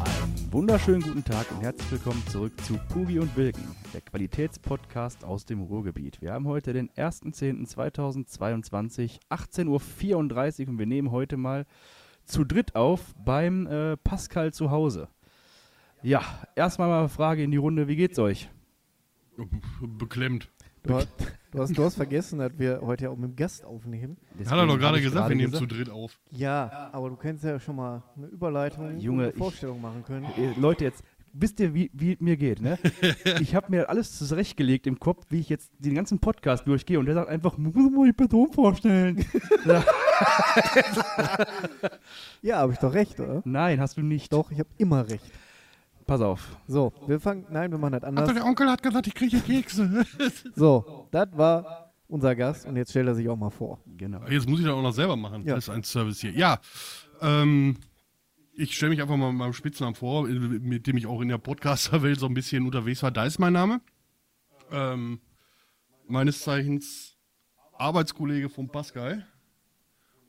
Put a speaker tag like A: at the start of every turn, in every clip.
A: Einen wunderschönen guten Tag und herzlich willkommen zurück zu Pugi und Wilken, der Qualitätspodcast aus dem Ruhrgebiet. Wir haben heute den 1.10.2022, 18.34 Uhr und wir nehmen heute mal zu dritt auf beim äh, Pascal zu Hause. Ja, erstmal mal eine Frage in die Runde, wie geht's euch?
B: Beklemmt.
C: Du hast, du, hast, du hast vergessen, dass wir heute ja auch mit dem Gast aufnehmen.
B: Hat er
A: Deswegen
B: doch
A: hab
B: gerade
A: ich
B: gesagt, wir nehmen
A: gesagt-
B: zu dritt auf.
C: Ja, aber du kannst ja schon mal eine Überleitung,
A: Junge,
C: eine
A: ich-
C: Vorstellung machen können.
A: Äh, Leute, jetzt wisst ihr, wie, wie es mir geht, ne? Ich habe mir alles zurechtgelegt im Kopf, wie ich jetzt den ganzen Podcast durchgehe und der sagt einfach, muss man die Person vorstellen.
C: Ja, habe ich doch recht, oder?
A: Nein, hast du nicht.
C: Doch, ich habe immer recht.
A: Pass auf.
C: So, wir fangen, nein, wir machen das
B: Ach,
C: anders.
B: der Onkel hat gesagt, ich kriege Kekse.
C: So, das war unser Gast und jetzt stellt er sich auch mal vor.
A: Genau.
B: Jetzt muss ich das auch noch selber machen.
C: Ja.
B: Das ist ein Service hier. Ja, ähm, ich stelle mich einfach mal mit meinem Spitznamen vor, mit dem ich auch in der Podcaster-Welt so ein bisschen unterwegs war. Da ist mein Name. Ähm, meines Zeichens Arbeitskollege von Pascal.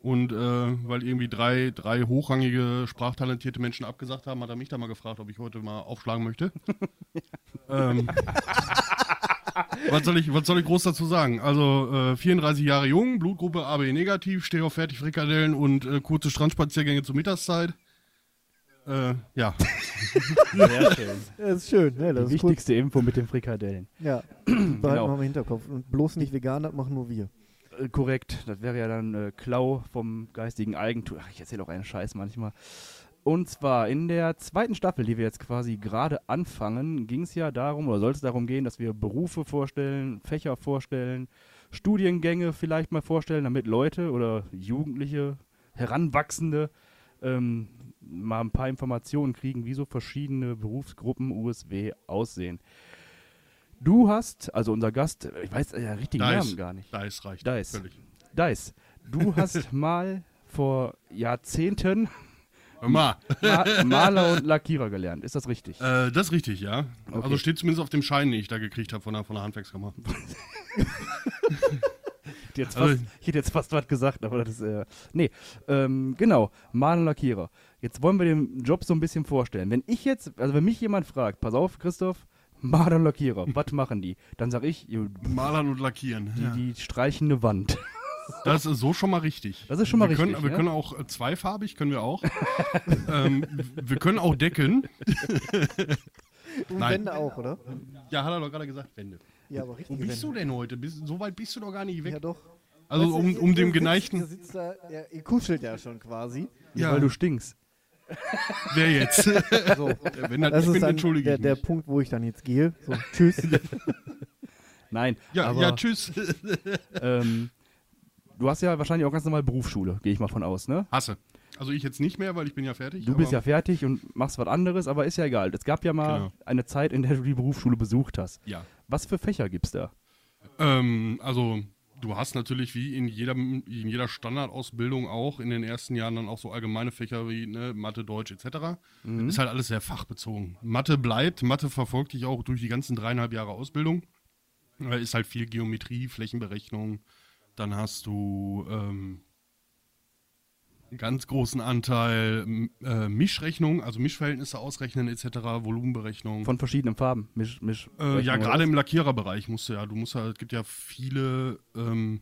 B: Und äh, weil irgendwie drei, drei hochrangige, sprachtalentierte Menschen abgesagt haben, hat er mich da mal gefragt, ob ich heute mal aufschlagen möchte. ähm, was, soll ich, was soll ich groß dazu sagen? Also äh, 34 Jahre jung, Blutgruppe AB negativ, stehe auf Fertigfrikadellen und äh, kurze Strandspaziergänge zur Mittagszeit. Äh, ja,
A: Sehr schön.
C: Das ist schön, ne? Das
A: Die
C: ist gut.
A: wichtigste Info mit den Frikadellen.
C: Ja, behalten
A: Genau.
C: wir im Hinterkopf. Und bloß nicht vegan, das machen nur wir.
A: Äh, korrekt. Das wäre ja dann äh, Klau vom geistigen Eigentum. Ach, ich erzähle auch einen Scheiß manchmal. Und zwar in der zweiten Staffel, die wir jetzt quasi gerade anfangen, ging es ja darum, oder soll es darum gehen, dass wir Berufe vorstellen, Fächer vorstellen, Studiengänge vielleicht mal vorstellen, damit Leute oder Jugendliche, Heranwachsende ähm, mal ein paar Informationen kriegen, wie so verschiedene Berufsgruppen USW aussehen. Du hast, also unser Gast, äh, ich weiß äh, den richtigen
B: da
A: Namen
B: ist,
A: gar nicht.
B: da ist reicht.
A: Da ist.
B: Völlig.
A: Dice, du hast mal vor Jahrzehnten
B: Hör mal.
A: Ma Maler und Lackierer gelernt. Ist das richtig?
B: Äh, das ist richtig, ja.
A: Okay.
B: Also steht zumindest auf dem Schein, den ich da gekriegt habe von der, von der Handwerkskammer.
A: Ich hätte jetzt
B: also-
A: fast, ich hätte jetzt fast was gesagt, aber das ist. Äh, nee, ähm, genau, Maler und Lackierer. Jetzt wollen wir den Job so ein bisschen vorstellen. Wenn ich jetzt, also wenn mich jemand fragt, pass auf, Christoph, Maler und Lackierer, was machen die? Dann sage ich, die,
B: Malern und Lackieren. ja.
A: die streichen eine Wand.
B: Das ist so schon mal richtig.
A: Das ist schon mal
B: wir
A: richtig,
B: Können, Wir
A: ja?
B: können auch äh, zweifarbig, können wir auch. ähm, wir können auch decken.
C: Und
B: Nein.
C: Wände auch, oder?
B: Ja, hat er doch gerade gesagt, Wände.
C: Ja, aber
B: Wo
C: richtig.
B: bist du denn heute? Bist, so weit bist du doch gar nicht
C: Ja,
B: weg.
C: doch.
B: Also
C: Weißt du,
B: um,
C: ihr-
B: um dem
C: ihr sitzt- ihr
B: geneigten...
C: sitzt da, ja, ihr kuschelt ja schon quasi.
B: Ja,
A: Weil du stinkst.
B: wer jetzt?
C: So.
B: Wenn das,
C: Das
B: ich
C: ist
B: bin,
C: dann
B: entschuldige
C: der,
B: ich
C: der
B: mich.
C: Punkt, wo ich dann jetzt gehe. So, tschüss.
A: Nein,
B: Ja,
A: aber
B: ja, tschüss.
A: ähm, du hast ja wahrscheinlich auch ganz normal Berufsschule, gehe ich mal von aus, ne?
B: Hasse. Also ich jetzt nicht mehr, weil ich bin ja fertig.
A: Du bist ja
B: aber-
A: fertig und machst was anderes, aber ist ja egal. Es gab ja mal
B: Genau.
A: eine Zeit, in der du die Berufsschule besucht hast.
B: Ja.
A: Was für Fächer gibt's da?
B: Ähm, also du hast natürlich wie in jeder, in jeder Standardausbildung auch in den ersten Jahren dann auch so allgemeine Fächer wie ne, Mathe, Deutsch etc. Ist halt alles sehr fachbezogen. Mathe bleibt, Mathe verfolgt dich auch durch die ganzen dreieinhalb Jahre Ausbildung. Da ist halt viel Geometrie, Flächenberechnung. Dann hast du ähm, einen ganz großen Anteil m- äh, Mischrechnung, also Mischverhältnisse ausrechnen etc., Volumenberechnung.
A: Von verschiedenen Farben. Misch, misch,
B: Äh, ja,
A: Rechnung.
B: gerade im Lackiererbereich musst du ja, du musst ja, es gibt ja viele, ähm,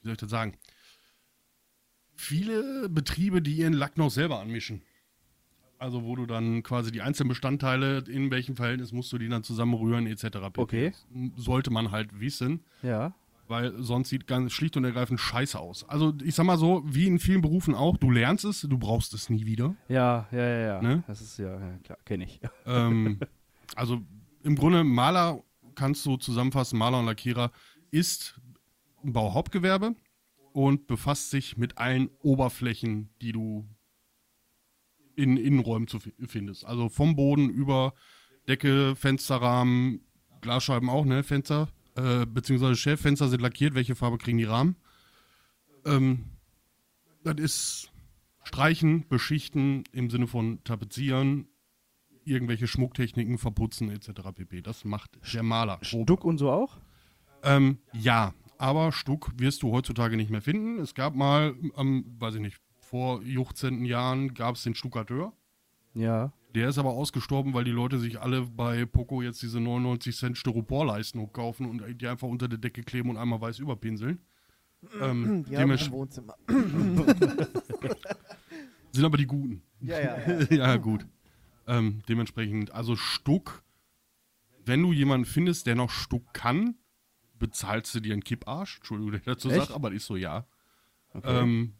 B: wie soll ich das sagen, viele Betriebe, die ihren Lack noch selber anmischen. Also wo du dann quasi die einzelnen Bestandteile, in welchem Verhältnis musst du die dann zusammenrühren etc. pp.
A: Okay.
B: Das Sollte man halt wissen,
A: Ja.
B: weil sonst sieht ganz schlicht und ergreifend scheiße aus. Also ich sag mal so, wie in vielen Berufen auch, du lernst es, du brauchst es nie wieder.
A: Ja, ja, ja, ja.
B: Ne?
A: Das ist ja, ja klar, kenne ich.
B: ähm, also im Grunde Maler kannst du zusammenfassen, Maler und Lackierer ist ein Bauhauptgewerbe und befasst sich mit allen Oberflächen, die du in Innenräumen zu fi- findest. Also vom Boden über Decke, Fensterrahmen, Glasscheiben auch, ne, Fenster, äh, beziehungsweise Schäffenster sind lackiert, welche Farbe kriegen die Rahmen? Ähm, das ist Streichen, Beschichten im Sinne von Tapezieren, irgendwelche Schmucktechniken verputzen etc. pp. Das macht der Maler. grob.
A: Stuck und so auch?
B: Ähm, ja, aber Stuck wirst du heutzutage nicht mehr finden. Es gab mal, ähm, weiß ich nicht, vor 15 Jahren gab es den Stuckateur.
A: Ja.
B: Der ist aber ausgestorben, weil die Leute sich alle bei Poco jetzt diese 99 Cent Styroporleisten hochkaufen und die einfach unter der Decke kleben und einmal weiß überpinseln. Ähm,
C: Die haben im
B: dementsprechend
C: Wohnzimmer.
B: sind aber die Guten.
C: Ja, ja.
B: ja, gut. Ähm, dementsprechend, also Stuck, wenn du jemanden findest, der noch Stuck kann, bezahlst du dir einen Kipparsch. Entschuldigung, der dazu
A: Echt?
B: sagt, aber ist so, ja. Ähm,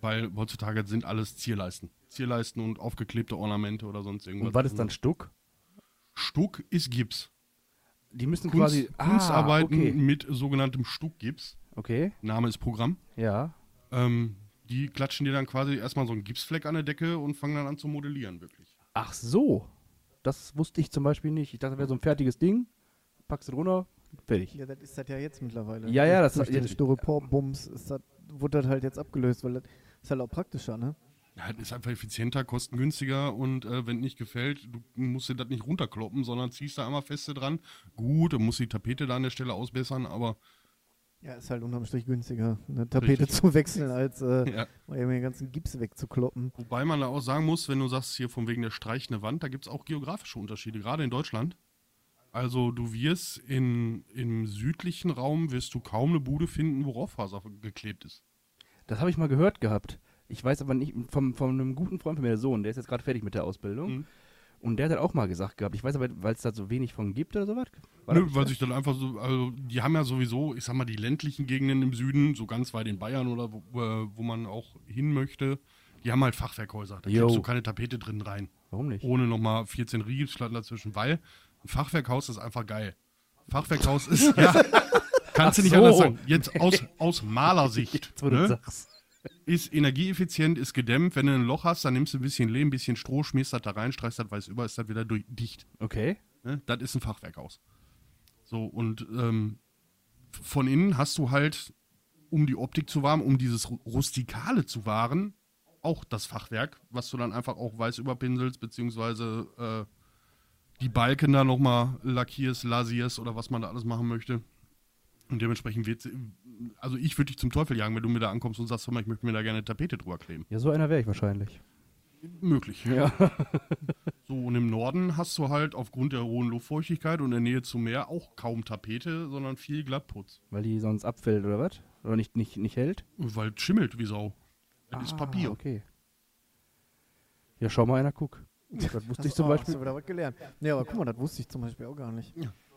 B: weil heutzutage sind alles Zierleisten. Zierleisten und aufgeklebte Ornamente oder sonst irgendwas.
A: Und was ist dann Stuck?
B: Stuck ist Gips.
A: Die müssen
B: Kunst,
A: quasi. Ah,
B: Kunstarbeiten
A: Okay.
B: mit sogenanntem Stuckgips.
A: okay,
B: Name ist Programm.
A: ja.
B: Ähm, die klatschen dir dann quasi erstmal so einen Gipsfleck an der Decke und fangen dann an zu modellieren, wirklich.
A: Ach so. Das wusste ich zum Beispiel nicht. Ich dachte, das wäre so ein fertiges Ding. Packst du runter, fertig.
C: Ja, das ist das ja jetzt mittlerweile.
A: Ja, ja,
C: Durch-
A: das-
C: durch den
A: ja.
C: Styropor-Bums ist das, wurde das halt jetzt abgelöst, weil das ist halt auch praktischer, ne?
B: Ja, das ist einfach effizienter, kostengünstiger und äh, wenn nicht gefällt, du musst dir das nicht runterkloppen, sondern ziehst da einmal feste dran. Gut, du musst die Tapete da an der Stelle ausbessern, aber
C: Ja, ist halt unterm Strich günstiger, eine Tapete
B: Richtig.
C: zu wechseln, als äh,
B: ja.
C: mal eben den ganzen Gips wegzukloppen.
B: Wobei man da auch sagen muss, wenn du sagst, hier von wegen der streichende Wand, da gibt es auch geografische Unterschiede, gerade in Deutschland. Also du wirst in, im südlichen Raum wirst du kaum eine Bude finden, wo Rohrfaser geklebt ist.
A: Das habe ich mal gehört gehabt. Ich weiß aber nicht, von, von einem guten Freund von mir, der Sohn, der ist jetzt gerade fertig mit der Ausbildung.
B: Mhm.
A: Und der hat das auch mal gesagt gehabt. Ich weiß aber, weil es da so wenig von gibt oder sowas. War
B: Nö,
A: das-
B: weil sich dann einfach so, also die haben ja sowieso, ich sag mal, die ländlichen Gegenden im Süden, so ganz weit in Bayern oder wo, äh, wo man auch hin möchte, die haben halt Fachwerkhäuser. Da
A: Jo.
B: kriegst du keine Tapete drin rein,
A: Warum nicht?
B: ohne nochmal 14 Riegelschlatten dazwischen, weil ein Fachwerkhaus ist einfach geil. Fachwerkhaus ist, ja, kannst du nicht
A: so.
B: anders sagen. Jetzt aus, aus Malersicht
A: Jetzt, wo du
B: ne,
A: sagst.
B: ist energieeffizient, ist gedämmt. Wenn du ein Loch hast, dann nimmst du ein bisschen Lehm, ein bisschen Stroh, schmierst das da rein, streichst das weiß über, ist das wieder durch, dicht.
A: Okay.
B: Ne? Das ist ein Fachwerkhaus. So, und ähm, von innen hast du halt, um die Optik zu wahren, um dieses Ru- Rustikale zu wahren, auch das Fachwerk, was du dann einfach auch weiß überpinselst, beziehungsweise äh, die Balken da nochmal lackierst, lasierst oder was man da alles machen möchte. Und dementsprechend wird also ich würde dich zum Teufel jagen, wenn du mir da ankommst und sagst, hör mal, ich möchte mir da gerne eine Tapete drüber kleben.
A: Ja, so einer wäre ich wahrscheinlich.
B: Möglich.
A: Ja.
B: So, und im Norden hast du halt aufgrund der hohen Luftfeuchtigkeit und der Nähe zum Meer auch kaum Tapete, sondern viel Glattputz.
A: Weil die sonst abfällt oder was? Oder nicht, nicht, nicht hält?
B: Weil es schimmelt wie Sau. Das ist
A: Ah,
B: Papier.
A: Okay. Ja, schau mal einer, guck. Das wusste ich
C: Hast-
A: zum
C: oh,
A: Beispiel.
C: Hast du wieder was gelernt. Nee, aber guck mal, das wusste ich zum Beispiel auch gar nicht.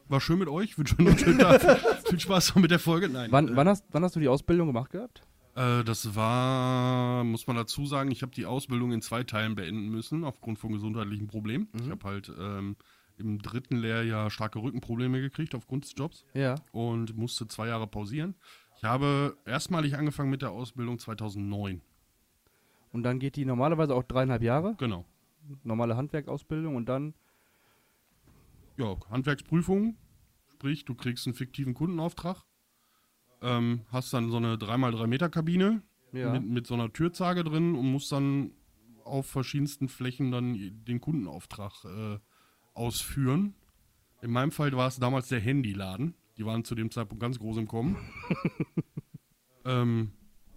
B: War schön mit euch, wünsche euch noch einen schönen Tag. Viel Spaß noch mit der Folge. Nein.
A: Wann, wann, hast, wann hast du die Ausbildung gemacht gehabt?
B: Äh, das war, muss man dazu sagen, ich habe die Ausbildung in zwei Teilen beenden müssen, aufgrund von gesundheitlichen Problemen. Ich
A: Mhm.
B: habe halt ähm, im dritten Lehrjahr starke Rückenprobleme gekriegt aufgrund des Jobs.
A: Ja.
B: und musste zwei Jahre pausieren. Ich habe erstmalig angefangen mit der Ausbildung 2009.
A: Und dann geht die normalerweise auch dreieinhalb Jahre,
B: Genau.
A: normale Handwerkausbildung und dann.
B: Ja, Handwerksprüfung, sprich, du kriegst einen fiktiven Kundenauftrag, ähm, hast dann so eine 3x3 Meter Kabine
A: Ja.
B: mit, mit so einer Türzage drin und musst dann auf verschiedensten Flächen dann den Kundenauftrag äh, ausführen. In meinem Fall war es damals der Handyladen. Die waren zu dem Zeitpunkt ganz groß im Kommen. ähm,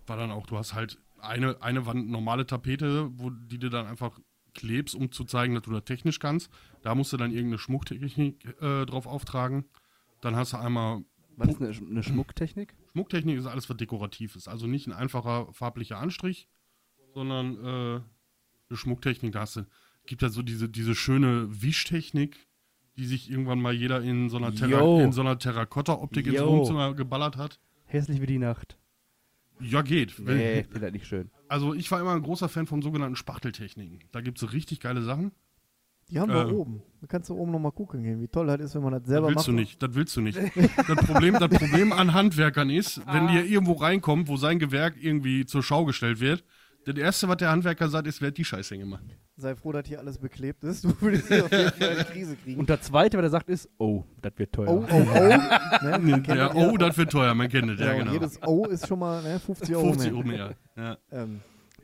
B: war dann auch, du hast halt eine, eine Wand normale Tapete, wo die du dann einfach klebst, um zu zeigen, dass du das technisch kannst. Da musst du dann irgendeine Schmucktechnik äh, drauf auftragen. Dann hast du einmal
A: War das eine, Sch- eine Schmucktechnik?
B: Schmucktechnik ist alles, was dekorativ ist. Also nicht ein einfacher farblicher Anstrich, sondern äh, eine Schmucktechnik. Da hast du, gibt ja so diese, diese schöne Wischtechnik, die sich irgendwann mal jeder in so einer,
A: Yo.
B: Terra in so einer Terrakotta-Optik ins
A: Yo.
B: Wohnzimmer geballert hat.
A: Hässlich wie die Nacht.
B: Ja, geht.
A: Nee, ich finde das nicht schön.
B: Also ich war immer ein großer Fan von sogenannten Spachteltechniken. Da gibt es richtig geile Sachen.
C: Die haben wir
B: Äh.
C: oben. Da kannst du oben nochmal gucken gehen, wie toll das ist, wenn man das selber
B: Das willst
C: macht.
B: du nicht, das willst du nicht. Das Problem, das Problem an Handwerkern ist, wenn die irgendwo reinkommt, wo sein Gewerk irgendwie zur Schau gestellt wird, das Erste, was der Handwerker sagt, ist, wer hat die Scheiße gemacht?
C: Sei froh, dass hier alles beklebt ist. Du würdest hier auf jeden Fall eine Krise kriegen.
A: Und der zweite, was er sagt, ist, oh, das wird teuer.
C: oh, oh, oh. ne?
B: Nee,
C: Kennt ihr?
B: der, oh, das wird teuer, man kennt das, ja,
C: und
B: genau.
C: Jedes O ist schon mal ne, 50 Euro.
B: 50
C: mehr.
B: Euro mehr. Ja.
C: Ähm,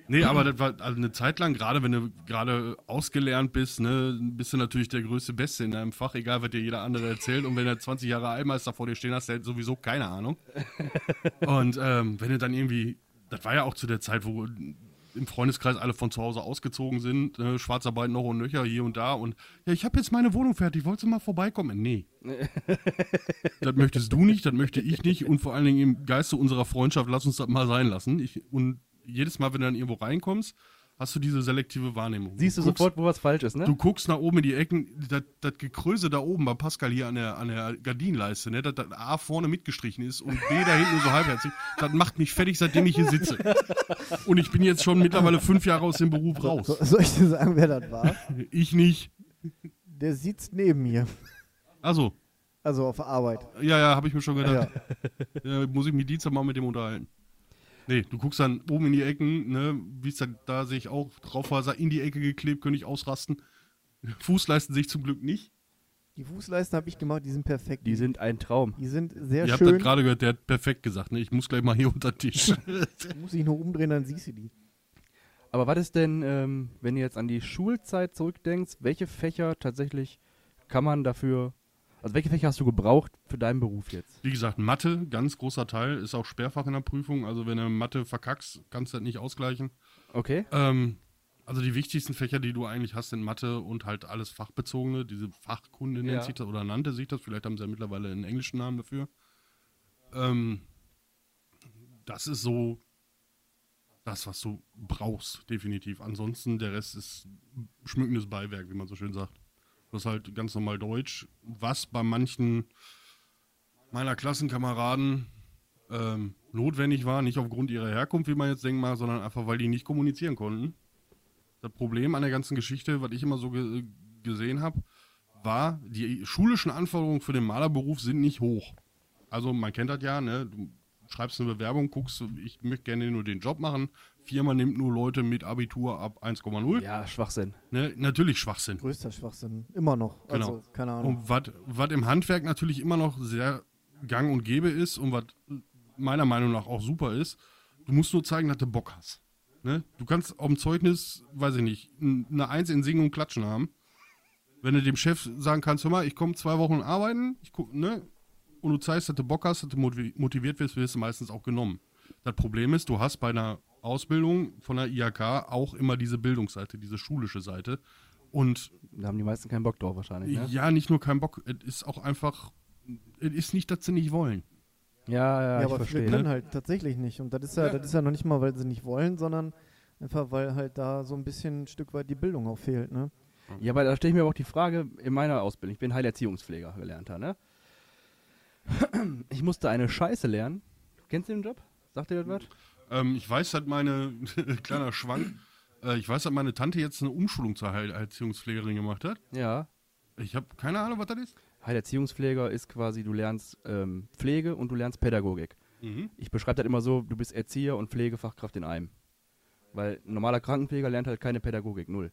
B: Nee, aber das war also eine Zeit lang, gerade wenn du gerade ausgelernt bist, ne, bist du natürlich der größte Beste in deinem Fach, egal was dir jeder andere erzählt. Und wenn du 20 Jahre Allmeister vor dir stehen hast, der hat sowieso keine Ahnung. Und ähm, wenn du dann irgendwie, das war ja auch zu der Zeit, wo im Freundeskreis alle von zu Hause ausgezogen sind, äh, Schwarzarbeit noch und nöcher hier und da und ja, ich habe jetzt meine Wohnung fertig, wolltest du mal vorbeikommen? Nee. das möchtest du nicht, das möchte ich nicht und vor allen Dingen im Geiste unserer Freundschaft, lass uns das mal sein lassen. Ich, und jedes Mal, wenn du dann irgendwo reinkommst, hast du diese selektive Wahrnehmung.
A: Siehst du
B: guckst-
A: sofort, wo was falsch ist, ne?
B: Du guckst nach oben in die Ecken, das, das Gekröse da oben bei Pascal hier an der, an der Gardinenleiste, ne, dass das A vorne mitgestrichen ist und B da hinten nur so halbherzig, das macht mich fertig, seitdem ich hier sitze. Und ich bin jetzt schon mittlerweile fünf Jahre aus dem Beruf
C: So,
B: raus.
C: soll ich dir sagen, wer das war?
B: Ich nicht.
C: Der sitzt neben mir.
B: Also,
C: Also auf Arbeit.
B: ja, ja, habe ich mir schon
C: Ja.
B: gedacht. Äh, muss ich mich Dienstag mal mit dem unterhalten. Nee, du guckst dann oben in die Ecken, ne, wie es da, da sehe ich auch, Raufaser in die Ecke geklebt, könnte ich ausrasten. Fußleisten sehe ich zum Glück nicht.
C: Die Fußleisten habe ich gemacht, die sind perfekt.
A: Die sind ein Traum.
C: die sind sehr
B: Ihr habt das
C: schön.
B: gerade gehört, der hat perfekt gesagt, ne? Ich muss gleich mal hier unter den Tisch.
C: Muss ich nur umdrehen, dann siehst du die.
A: Aber was ist denn, ähm, wenn du jetzt an die Schulzeit zurückdenkst, welche Fächer tatsächlich kann man dafür, also welche Fächer hast du gebraucht für deinen Beruf jetzt?
B: Wie gesagt, Mathe, ganz großer Teil, ist auch Sperrfach in der Prüfung. Also wenn du Mathe verkackst, kannst du das nicht ausgleichen.
A: Okay?
B: Ähm, also die wichtigsten Fächer, die du eigentlich hast, sind Mathe und halt alles Fachbezogene. Diese Fachkunde nennt
A: Ja.
B: sich das oder nannte sich das. Vielleicht haben sie ja mittlerweile einen englischen Namen dafür. Ähm, das ist so das, was du brauchst, definitiv. Ansonsten, der Rest ist schmückendes Beiwerk, wie man so schön sagt. Das ist halt ganz normal Deutsch. Was bei manchen meiner Klassenkameraden ähm, notwendig war, nicht aufgrund ihrer Herkunft, wie man jetzt denken mag, sondern einfach, weil die nicht kommunizieren konnten. Das Problem an der ganzen Geschichte, was ich immer so ge gesehen habe, war, die schulischen Anforderungen für den Malerberuf sind nicht hoch. Also man kennt das ja, ne? du schreibst eine Bewerbung, guckst, ich möchte gerne nur den Job machen. Firma nimmt nur Leute mit Abitur ab 1,0.
A: Ja, Schwachsinn.
B: Ne? Natürlich Schwachsinn.
C: Größter Schwachsinn. Immer noch.
B: Genau.
C: Also, keine Ahnung.
B: Und was im Handwerk natürlich immer noch sehr gang und gäbe ist und was meiner Meinung nach auch super ist, du musst nur zeigen, dass du Bock hast. Ne? Du kannst auf dem Zeugnis, weiß ich nicht, n- eine Eins in Singen und Klatschen haben. Wenn du dem Chef sagen kannst, hör mal, ich komme zwei Wochen arbeiten, ich guck, ne? und du zeigst, dass du Bock hast, dass du motivi- motiviert wirst, wirst du meistens auch genommen. Das Problem ist, du hast bei einer Ausbildung von der IHK auch immer diese Bildungsseite, diese schulische Seite. Und
A: Da haben die meisten keinen Bock drauf wahrscheinlich, ne?
B: ja, nicht nur kein Bock, es ist auch einfach, es ist nicht, dass sie nicht wollen.
A: Ja, ja,
C: ja,
A: ich
C: aber viele
A: verstehe.
C: können halt tatsächlich nicht. Und das ist ja,
B: ne? Ja.
C: das ist ja noch nicht mal, weil sie nicht wollen, sondern einfach, weil halt da so ein bisschen ein Stück weit die Bildung auch fehlt. Ne?
A: Ja, aber da stelle ich mir aber auch die Frage in meiner Ausbildung. Ich bin Heilerziehungspfleger gelernter, ne? Ich musste eine Scheiße lernen. Kennst du den Job? Sagt dir das was?
B: Ähm, ich weiß, dass meine, kleiner Schwank, äh, ich weiß, dass meine Tante jetzt eine Umschulung zur Heil Erziehungspflegerin gemacht hat.
A: Ja.
B: Ich habe keine Ahnung, was das ist.
A: Heilerziehungspfleger ist quasi, du lernst ähm, Pflege und du lernst Pädagogik.
B: Mhm,
A: Ich beschreibe das immer so, du bist Erzieher und Pflegefachkraft in einem. Weil ein normaler Krankenpfleger lernt halt keine Pädagogik, null.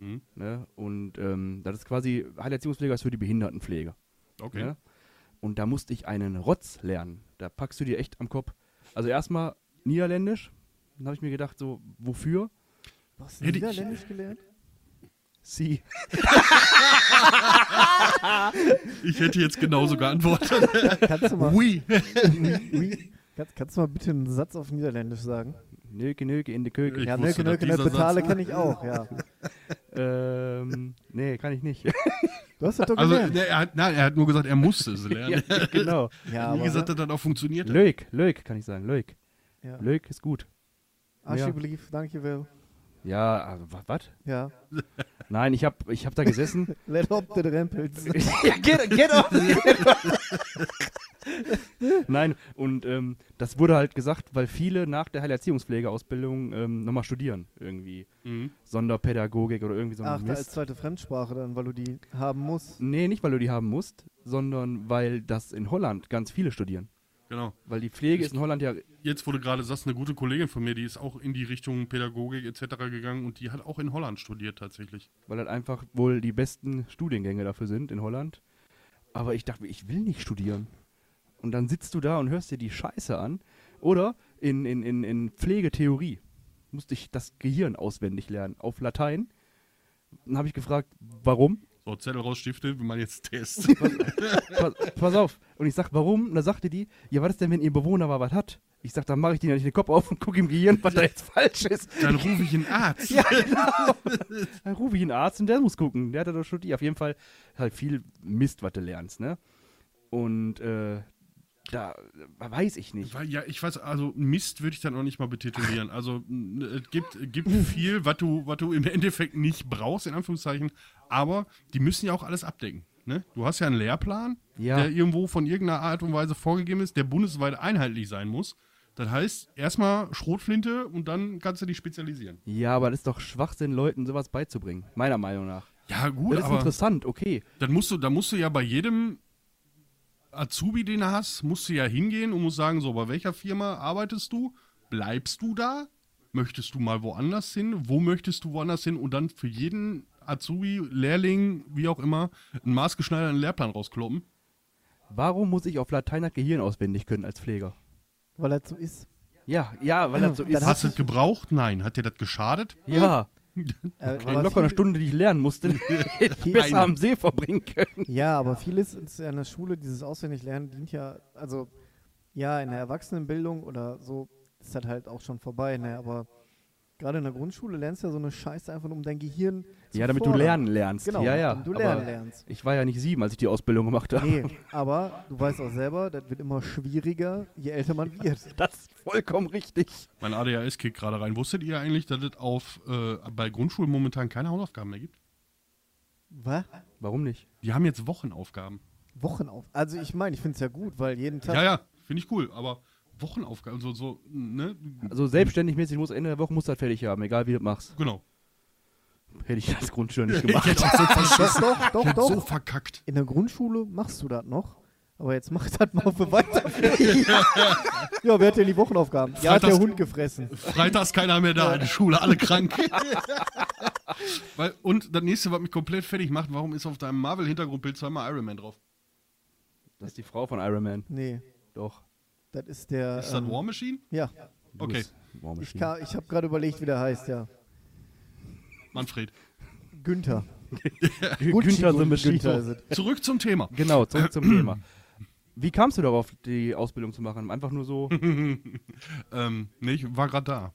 B: Mhm.
A: Ne? Und ähm, das ist quasi, Heilerziehungspfleger ist für die Behindertenpflege.
B: Okay.
A: Ne? Und da musste ich einen Rotz lernen. Da packst du dir echt am Kopf. Also erstmal Niederländisch. Dann habe ich mir gedacht, so, wofür?
C: Du hast
B: Hätte ich-
C: Niederländisch gelernt?
A: Sie.
B: Ich hätte jetzt genauso geantwortet.
C: Kannst du mal,
B: Ui.
C: Ui. kannst, kannst du mal bitte einen Satz auf Niederländisch sagen?
A: Nöke, nöke in die Köke.
B: Ich
C: ja,
B: wusste, dass
C: Nelke, Nelke,
B: dieser
C: Nelke, Betale
B: Satz-
C: kann ich auch, ja.
A: Ähm, nee, kann ich nicht.
C: Du hast das doch
B: Also,
C: gelernt.
B: ne, er hat, nein, er hat nur gesagt, er musste es
A: ja,
B: lernen.
A: genau.
C: Ja,
B: Wie
C: aber ne?
B: gesagt, dass das auch funktioniert. hat.
A: Löik, Löik kann ich sagen. Löik.
C: ja.
A: Löik ist gut.
C: Alsjeblieft, dankjewel.
A: Ja, also, wa- was?
C: Ja.
A: Nein, ich habe ich hab da gesessen.
C: Let up the Rempels.
A: ja, get, get off! Get off. Nein, und ähm, das wurde halt gesagt, weil viele nach der Heilerziehungspflegeausbildung ähm, nochmal studieren. Irgendwie
B: Mhm.
A: Sonderpädagogik oder irgendwie so ein
C: Ach, da als
A: Mist.
C: zweite Fremdsprache dann, weil du die haben musst.
A: Nee, nicht weil du die haben musst, sondern weil das in Holland ganz viele studieren.
B: Genau.
A: Weil die Pflege ist in Holland ja.
B: Jetzt, wo du gerade sagst, eine gute Kollegin von mir, die ist auch in die Richtung Pädagogik etc. gegangen und die hat auch in Holland studiert tatsächlich.
A: weil halt einfach wohl die besten Studiengänge dafür sind in Holland. Aber ich dachte mir, ich will nicht studieren. Und dann sitzt du da und hörst dir die Scheiße an. Oder in, in, in, in Pflegetheorie musste ich das Gehirn auswendig lernen, auf Latein. Dann habe ich gefragt, warum?
B: So, Zettel raus, Stifte, wenn man jetzt Test.
A: pass, pass auf. Und ich sag, warum? Und da sagte die, ja, was ist denn, wenn ihr Bewohner mal was hat? Ich sag, dann mache ich dir nicht den Kopf auf und gucke im Gehirn, was da jetzt falsch ist.
B: Dann rufe ich einen Arzt.
A: Ja, genau. Dann rufe ich einen Arzt und der muss gucken. Der hat das doch studiert. Auf jeden Fall halt viel Mist, was du lernst, ne? Und äh, da weiß ich nicht.
B: Weil, ja, ich weiß, also Mist würde ich dann auch nicht mal betitulieren. Also n- es gibt, es gibt viel, was du, was du im Endeffekt nicht brauchst, in Anführungszeichen, aber die müssen ja auch alles abdecken. Ne? Du hast ja einen Lehrplan,
A: Ja.
B: der irgendwo von irgendeiner Art und Weise vorgegeben ist, der bundesweit einheitlich sein muss. Das heißt, erstmal Schrotflinte und dann kannst du dich spezialisieren.
A: Ja, aber das ist doch Schwachsinn, Leuten sowas beizubringen. Meiner Meinung nach.
B: Ja, gut,
A: das ist
B: aber
A: interessant, okay.
B: dann musst, du, dann musst du ja bei jedem Azubi, den du hast, musst du ja hingehen und musst sagen, so, bei welcher Firma arbeitest du? Bleibst du da? Möchtest du mal woanders hin? Wo möchtest du woanders hin? Und dann für jeden Azubi, Lehrling, wie auch immer, einen maßgeschneiderten Lehrplan rauskloppen.
A: Warum muss ich auf Latein das Gehirn auswendig können als Pfleger?
C: weil er so ist.
A: Ja, ja, weil das so
C: Dann
A: ist.
C: hast
B: Hast du das gebraucht? Nein. Hat dir das geschadet?
A: ja,
C: Äh,
A: war
C: aber
A: locker eine
C: viel-
A: Stunde, die ich lernen musste, hätte ich besser am See verbringen können.
C: Ja, aber vieles ist ja in der Schule, dieses Auswendiglernen dient ja, also ja, in der Erwachsenenbildung oder so ist das halt auch schon vorbei, ne? Aber gerade in der Grundschule lernst du ja so eine Scheiße einfach, um dein Gehirn zu
A: Ja, damit du
C: fordern.
A: lernen lernst.
C: Genau,
A: ja, ja.
C: damit du
A: aber
C: lernen lernst.
A: Ich war ja nicht sieben, als ich die Ausbildung gemacht habe.
C: Nee, aber du weißt auch selber, das wird immer schwieriger, je älter man wird.
A: Das ist vollkommen richtig.
B: Mein ADHS kickt gerade rein. Wusstet ihr eigentlich, dass es auf, äh, bei Grundschulen momentan keine Hausaufgaben mehr gibt?
C: Was?
A: Warum nicht?
B: Die haben jetzt Wochenaufgaben.
C: Wochenauf. Also ich meine, ich finde es ja gut, weil jeden Tag.
B: Ja, ja, finde ich cool, aber Wochenaufgaben, so, so, ne?
A: Also selbstständig mäßig muss Ende der Woche muss das fertig haben, egal wie du das machst.
B: Genau.
A: Hätte ich das Grundschüler nicht gemacht.
C: Doch, doch, doch,
B: Ich
C: doch.
B: so verkackt.
C: In der Grundschule machst du das noch. Aber jetzt mach das mal für weiter. ja. wer hat denn die Wochenaufgaben? Ja, hat der
B: Freitags-
C: Hund gefressen.
B: Freitags keiner mehr da in der Schule, alle krank. Weil, und das nächste, was mich komplett fertig macht, warum ist auf deinem Marvel-Hintergrundbild zweimal Iron Man drauf?
A: Das ist die Frau von Iron Man.
C: Nee,
A: Doch.
C: das ist der. ähm,
B: Ist das War Machine?
C: Ja,
A: Du
B: Okay,
A: bist War
C: ich,
A: Machine.
C: kann- ich habe gerade überlegt, wie der heißt, ja.
B: Manfred.
C: Günther. Gucci
A: Günther the
C: Gun-
A: Machine.
C: Günther ist es.
B: Zurück zum Thema.
A: Genau, zurück zum Thema. Wie kamst du darauf, die Ausbildung zu machen? Einfach nur so.
B: Ähm, nee, ich war gerade da.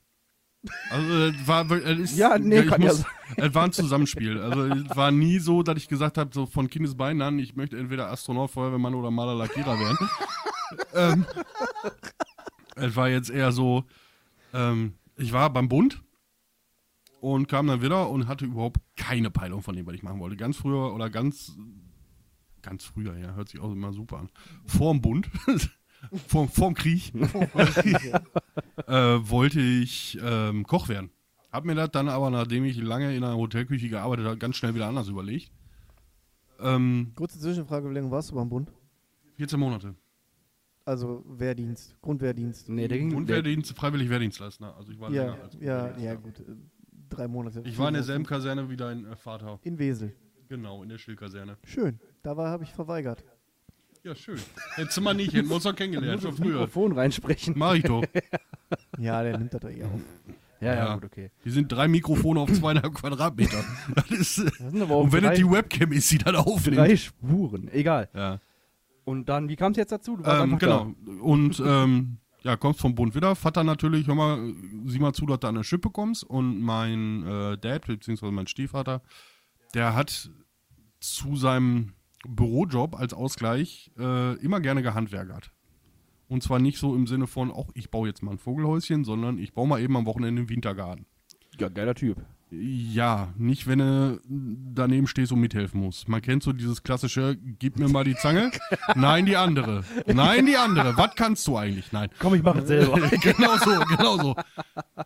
B: Also, äh, war, wir- äh, ist,
A: Ja, nee,
B: ich
A: kann ja
B: muss,
A: sein.
B: Es war ein Zusammenspiel. Also, es war nie so, dass ich gesagt habe, so von Kindesbeinen an, ich möchte entweder Astronaut, Feuerwehrmann oder Maler Lackierer werden. ähm, es war jetzt eher so, ähm, ich war beim Bund und kam dann wieder und hatte überhaupt keine Peilung von dem, was ich machen wollte. Ganz früher oder ganz, ganz früher, ja, hört sich auch immer super an. Vorm Bund, vorm, vorm Krieg, äh, wollte ich ähm, Koch werden. Hab mir das dann aber, nachdem ich lange in einer Hotelküche gearbeitet habe, ganz schnell wieder anders überlegt. Ähm,
C: Kurze Zwischenfrage, wie lange warst du beim Bund?
B: 14 Monate.
C: Also Wehrdienst, Grundwehrdienst.
A: Nee, der ging.
B: Und
A: Der,
B: Wehrdienst, freiwillig Wehrdienstleister. Also ich war
C: Ja,
B: länger als
C: ja,
B: Wehrdienst,
C: ja, gut. äh, Drei Monate.
B: Ich war in derselben Kaserne wie dein äh, Vater.
C: In Wesel.
B: Genau, in der Schildkaserne.
C: Schön. Da war, habe ich verweigert.
B: Ja, schön. Hättest du mal nicht, hätten wir uns doch kennengelernt, schon früher.
A: Mikrofon reinsprechen.
B: Mach ich doch.
C: Ja, der nimmt das doch eh auf.
A: Ja, ja,
B: Ja.
A: gut, okay.
B: Hier sind drei Mikrofone auf zweieinhalb Quadratmeter. Das ist, äh,
A: Das sind aber auch
B: und wenn
A: Oh, drei,
B: es die Webcam ist, die dann aufnimmt.
A: drei Spuren. Egal.
B: Ja.
A: Und dann, wie kam es jetzt dazu? Du warst
B: Ähm,
A: einfach
B: genau. Und ähm, ja, kommst vom Bund wieder. Vater natürlich, hör mal, äh, sieh mal zu, dass du an eine Schippe kommst. Und mein äh, Dad, beziehungsweise mein Stiefvater, der hat zu seinem Bürojob als Ausgleich äh, immer gerne gehandwerkert. Und zwar nicht so im Sinne von, auch ich baue jetzt mal ein Vogelhäuschen, sondern ich baue mal eben am Wochenende einen Wintergarten.
A: da. Ja, geiler Typ.
B: Ja, nicht wenn du daneben stehst und mithelfen musst. Man kennt so dieses klassische, gib mir mal die Zange. Nein, die andere. Nein, die andere. Was kannst du eigentlich? Nein.
A: Komm, ich mache es selber.
B: genau so, genau so.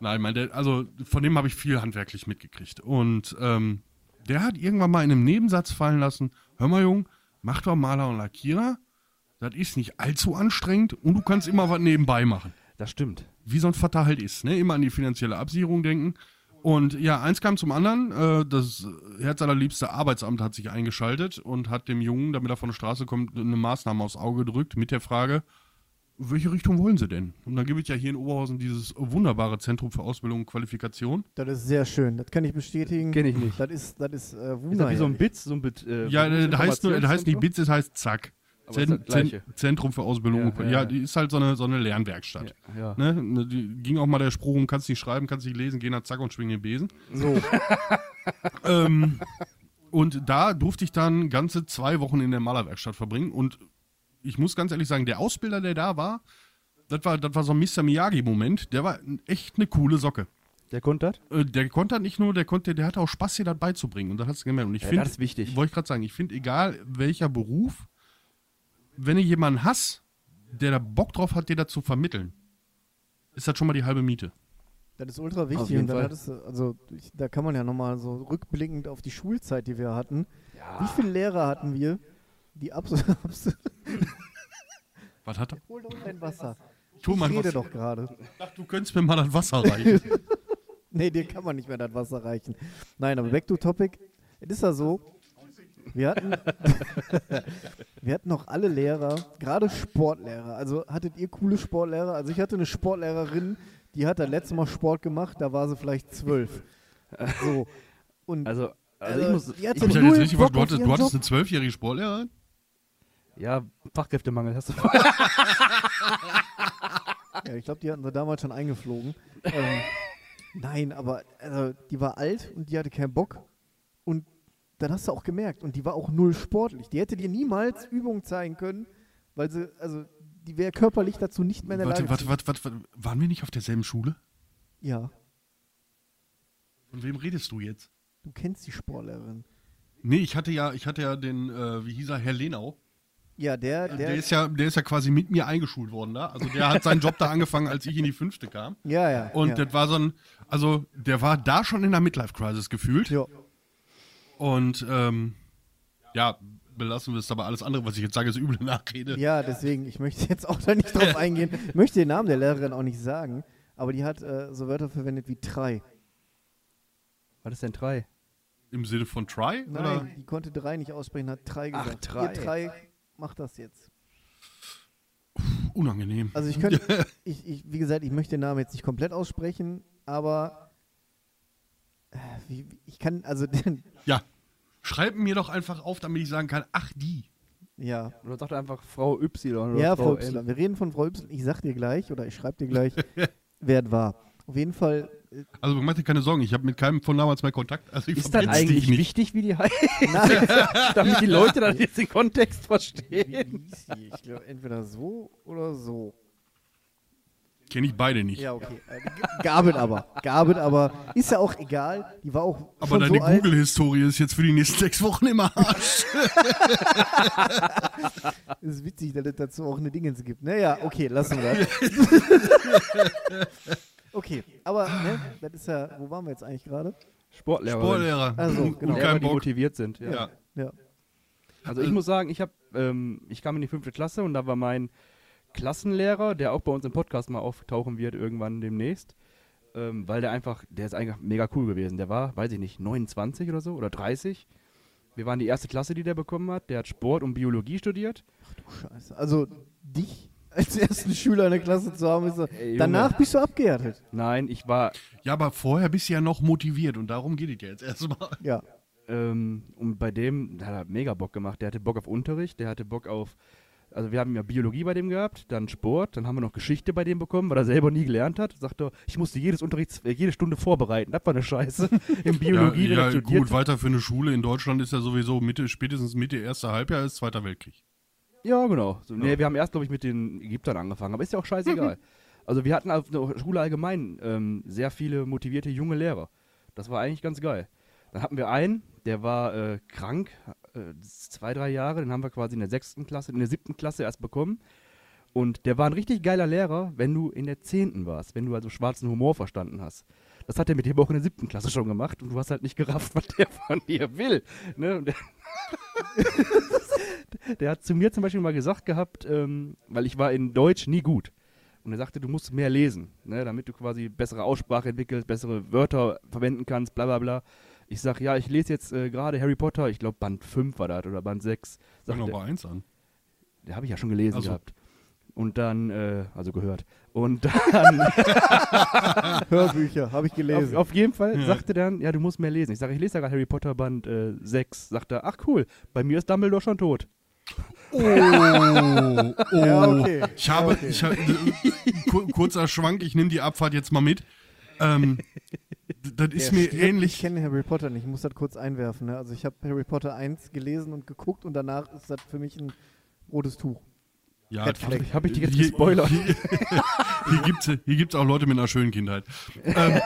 B: Nein, mein Dad, also von dem habe ich viel handwerklich mitgekriegt. Und ähm, der hat irgendwann mal in einem Nebensatz fallen lassen, hör mal, Jung, mach doch Maler und Lackierer. Das ist nicht allzu anstrengend und du kannst immer was nebenbei machen
A: Das stimmt.
B: wie so ein Vater halt ist, ne? Immer an die finanzielle Absicherung denken. Und ja, eins kam zum anderen, äh, das herzallerliebste Arbeitsamt hat sich eingeschaltet und hat dem Jungen, damit er von der Straße kommt, eine Maßnahme aufs Auge gedrückt mit der Frage, welche Richtung wollen sie denn? Und dann gibt es ja hier in Oberhausen dieses wunderbare Zentrum für Ausbildung und Qualifikation.
C: Das ist sehr schön. Das kann ich bestätigen.
A: Kenn ich nicht.
C: Das ist, das ist äh,
A: Ist das wie so ein
C: wunderherrlich.
A: Bit, so ein Bit. Äh,
B: Ja, das heißt, nur, das heißt nicht
A: Bit.
B: Bitz, das heißt Zack.
A: Aber
B: Zen,
A: ist das Gleiche.
B: Zen- Zentrum für Ausbildung.
A: Ja,
B: und-
A: ja,
B: ja,
A: ja.
B: die ist halt so eine, so eine Lernwerkstatt.
A: Ja, ja.
B: Ne? Die ging auch mal der Spruch um, kannst nicht schreiben, kannst nicht lesen, geh nach Zack und schwing den Besen.
C: So,
B: ähm, und da durfte ich dann ganze zwei Wochen in der Malerwerkstatt verbringen. Und ich muss ganz ehrlich sagen, der Ausbilder, der da war, das war, das war so ein Mr. Miyagi-Moment. Der war echt eine coole Socke.
A: Der kontert?
B: Äh, Der konnte das nicht nur, der konnte, der hatte auch Spaß, dir das beizubringen. Und das hat's gemerkt. Und ich
A: Ja,
B: finde,
A: das ist wichtig.
B: Wollte ich gerade sagen, ich finde, egal welcher Beruf, wenn du jemanden hast, der da Bock drauf hat, dir das zu vermitteln, ist das schon mal die halbe Miete.
C: das ist ultra
A: Auf
C: wichtig.
A: jeden
C: Und dann
A: Fall.
C: hattest du, also ich, da kann man ja nochmal so rückblickend auf die Schulzeit, die wir hatten. Wie
A: Ja.
C: viele Lehrer hatten wir, die absolut. Abs
B: Was hat er?
C: Hol doch dein Wasser.
B: Tu
C: Ich
B: mal
C: rede
B: was.
C: doch gerade.
B: Ach, du könntest mir mal das Wasser reichen.
C: Nee, dir kann man nicht mehr das Wasser reichen. Nein, aber back to topic. Es ist ja so, wir hatten, wir hatten noch alle Lehrer, gerade Sportlehrer. Also hattet ihr coole Sportlehrer? Also ich hatte eine Sportlehrerin, die hat das letzte Mal Sport gemacht, da war sie vielleicht zwölf. So. Und
A: Also, also ich
C: Also,
A: muss.
C: die hat
A: Ich
C: so
B: ich
A: muss
B: hab jetzt
C: Null
B: richtig verstanden,
C: Bock
B: du
C: auf
B: hattest,
C: ihren
B: du hattest
C: Job.
B: eine zwölfjährige Sportlehrerin?
A: ja, Fachkräftemangel hast du.
C: ja, ich glaube, die hatten sie damals schon eingeflogen. Ähm, nein, aber also, die war alt und die hatte keinen Bock. Und dann hast du auch gemerkt. Und die war auch null sportlich. Die hätte dir niemals Übung zeigen können, weil sie, also, die wäre körperlich dazu nicht mehr in der
B: Warte,
C: Lage.
B: warte,
C: zu-
B: warte, warte, warte, waren wir nicht auf derselben Schule?
C: Ja,
B: Von wem redest du jetzt?
C: du kennst die Sportlehrerin.
B: Nee, ich hatte ja, ich hatte ja den, äh, wie hieß er, Herr Lenau.
C: Ja, der,
B: Der,
C: der,
B: ist ja, der ist ja quasi mit mir eingeschult worden da. Also der hat seinen Job da angefangen, als ich in die fünfte kam.
C: ja, ja.
B: Und
C: ja.
B: das war so ein, also der war da schon in der Midlife-Crisis gefühlt.
C: ja.
B: Und ähm, ja, belassen wir es dabei. Alles andere, was ich jetzt sage, ist üble Nachrede.
C: Ja, deswegen, ich möchte jetzt auch da nicht drauf eingehen. Ich möchte den Namen der Lehrerin auch nicht sagen, aber die hat äh, so Wörter verwendet wie drei.
A: Was ist denn drei?
B: Im Sinne von Try?
C: Nein,
B: Oder?
C: die konnte drei nicht aussprechen, hat drei
A: Ach,
C: gesagt.
A: drei.
C: Ihr drei, macht das jetzt.
B: Unangenehm.
C: Also ich könnte, ich, ich, wie gesagt, ich möchte den Namen jetzt nicht komplett aussprechen, aber äh, wie, wie- ich kann, also, den,
B: ja. Schreib mir doch einfach auf, damit ich sagen kann, ach die.
C: ja.
A: Oder sagt einfach Frau Y oder
C: Ja, Frau
A: M.
C: Y. Wir reden von Frau Y. Ich sag dir gleich oder ich schreibe dir gleich, wer es war. Auf jeden Fall, äh,
B: Also mach dir keine Sorgen, ich habe mit keinem von damals mehr Kontakt. Also ich
A: Ist das
B: verbrenn's dich
A: eigentlich
B: nicht.
A: wichtig, wie die heißt?
C: nein.
A: Damit die Leute dann jetzt den Kontext
C: wie
A: verstehen.
C: hieß die? Ich glaube, entweder so oder so.
B: Kenne ich beide nicht.
C: Ja, okay. Äh, G- Gabel aber. Gabel aber. Ist ja auch egal. Die war auch
B: Aber
C: schon
B: deine
C: so alt.
B: Google-Historie ist jetzt für die nächsten sechs Wochen im Arsch.
C: Es ist witzig, dass es dazu auch eine Dingens gibt. Naja, okay, lassen wir das. okay, aber ne, das ist ja, wo waren wir jetzt eigentlich gerade?
A: Sportlehrer.
B: Sportlehrer.
C: Also,
B: Und-
C: genau.
B: Und
A: Lehrer,
B: kein
A: die
B: Bock.
A: motiviert sind. Ja.
B: Ja.
C: Ja.
A: Also ich muss sagen, ich habe, ähm, ich kam in die fünfte Klasse und da war mein Klassenlehrer, der auch bei uns im Podcast mal auftauchen wird irgendwann demnächst, ähm, weil der einfach, der ist eigentlich mega cool gewesen. Der war, weiß ich nicht, 29 oder so oder 30. Wir waren die erste Klasse, die der bekommen hat. Der hat Sport und Biologie studiert.
C: Du Scheiße. Also, dich als ersten Schüler in der Klasse zu haben, ist so,
A: Ey, Junge.
C: danach bist du abgehärtet.
A: Nein, ich war
B: ja, aber vorher bist du ja noch motiviert und darum geht es ja jetzt erstmal.
C: Ja.
A: Ähm, und bei dem der hat er mega Bock gemacht. Der hatte Bock auf Unterricht, der hatte Bock auf. Also, wir haben ja Biologie bei dem gehabt, dann Sport, dann haben wir noch Geschichte bei dem bekommen, weil er selber nie gelernt hat. Sagt er, ich musste jedes Unterrichts, äh, jede Stunde vorbereiten. Das war eine Scheiße. In Biologie, wenn er
B: ja, ja
A: studiert.
B: gut, weiter für eine Schule in Deutschland ist ja sowieso Mitte, spätestens Mitte erster Halbjahr ist Zweiter Weltkrieg.
A: Ja, genau. So, nee, wir haben erst, glaube ich, mit den Ägyptern angefangen, aber ist ja auch scheißegal. also wir hatten auf der Schule allgemein ähm, sehr viele motivierte junge Lehrer. Das war eigentlich ganz geil. Dann hatten wir einen, der war äh, krank, äh, zwei, drei Jahre, den haben wir quasi in der sechsten Klasse, in der siebten Klasse erst bekommen. Und der war ein richtig geiler Lehrer, wenn du in der zehnten warst, wenn du also schwarzen Humor verstanden hast. Das hat er mit dem auch in der siebten Klasse schon gemacht und du hast halt nicht gerafft, was der von dir will. Ne? Und der der hat zu mir zum Beispiel mal gesagt gehabt, ähm, weil ich war in Deutsch nie gut. Und er sagte, du musst mehr lesen, ne, damit du quasi bessere Aussprache entwickelst, bessere Wörter verwenden kannst, bla bla bla. Ich sag, ja, ich lese jetzt äh, gerade Harry Potter, ich glaube Band 5 war das oder Band 6.
B: Fang
A: Sagt
B: doch
A: er,
B: bei 1 an.
A: da habe ich ja schon gelesen
B: Ach so.
A: gehabt. Und dann, äh, also gehört. Und dann,
C: Hörbücher, habe ich
A: auf,
C: gelesen.
A: auf jeden Fall
B: Ja.
A: sagte dann, ja, du musst mehr lesen. Ich sage, ich lese ja gerade Harry Potter Band äh, 6. Sagt er, ach cool, bei mir ist Dumbledore schon tot.
B: Oh, oh.
C: Ja, okay.
B: Ich habe,
C: Ja, okay.
B: ich habe kur- kurzer Schwank, ich nehme die Abfahrt jetzt mal mit. Ähm, d- das ist
C: Der
B: mir
C: stirbt. Ich
B: ähnlich.
C: kenne Harry Potter nicht, ich muss das kurz einwerfen. Ne? Also ich habe Harry Potter 1 gelesen und geguckt und danach ist das für mich ein rotes Tuch.
B: Ja,
C: Red Flag.
A: Habe ich dich jetzt
B: Hier-
A: gespoilert?
B: Hier, hier gibt es hier gibt's auch Leute mit einer schönen Kindheit. Ähm, äh,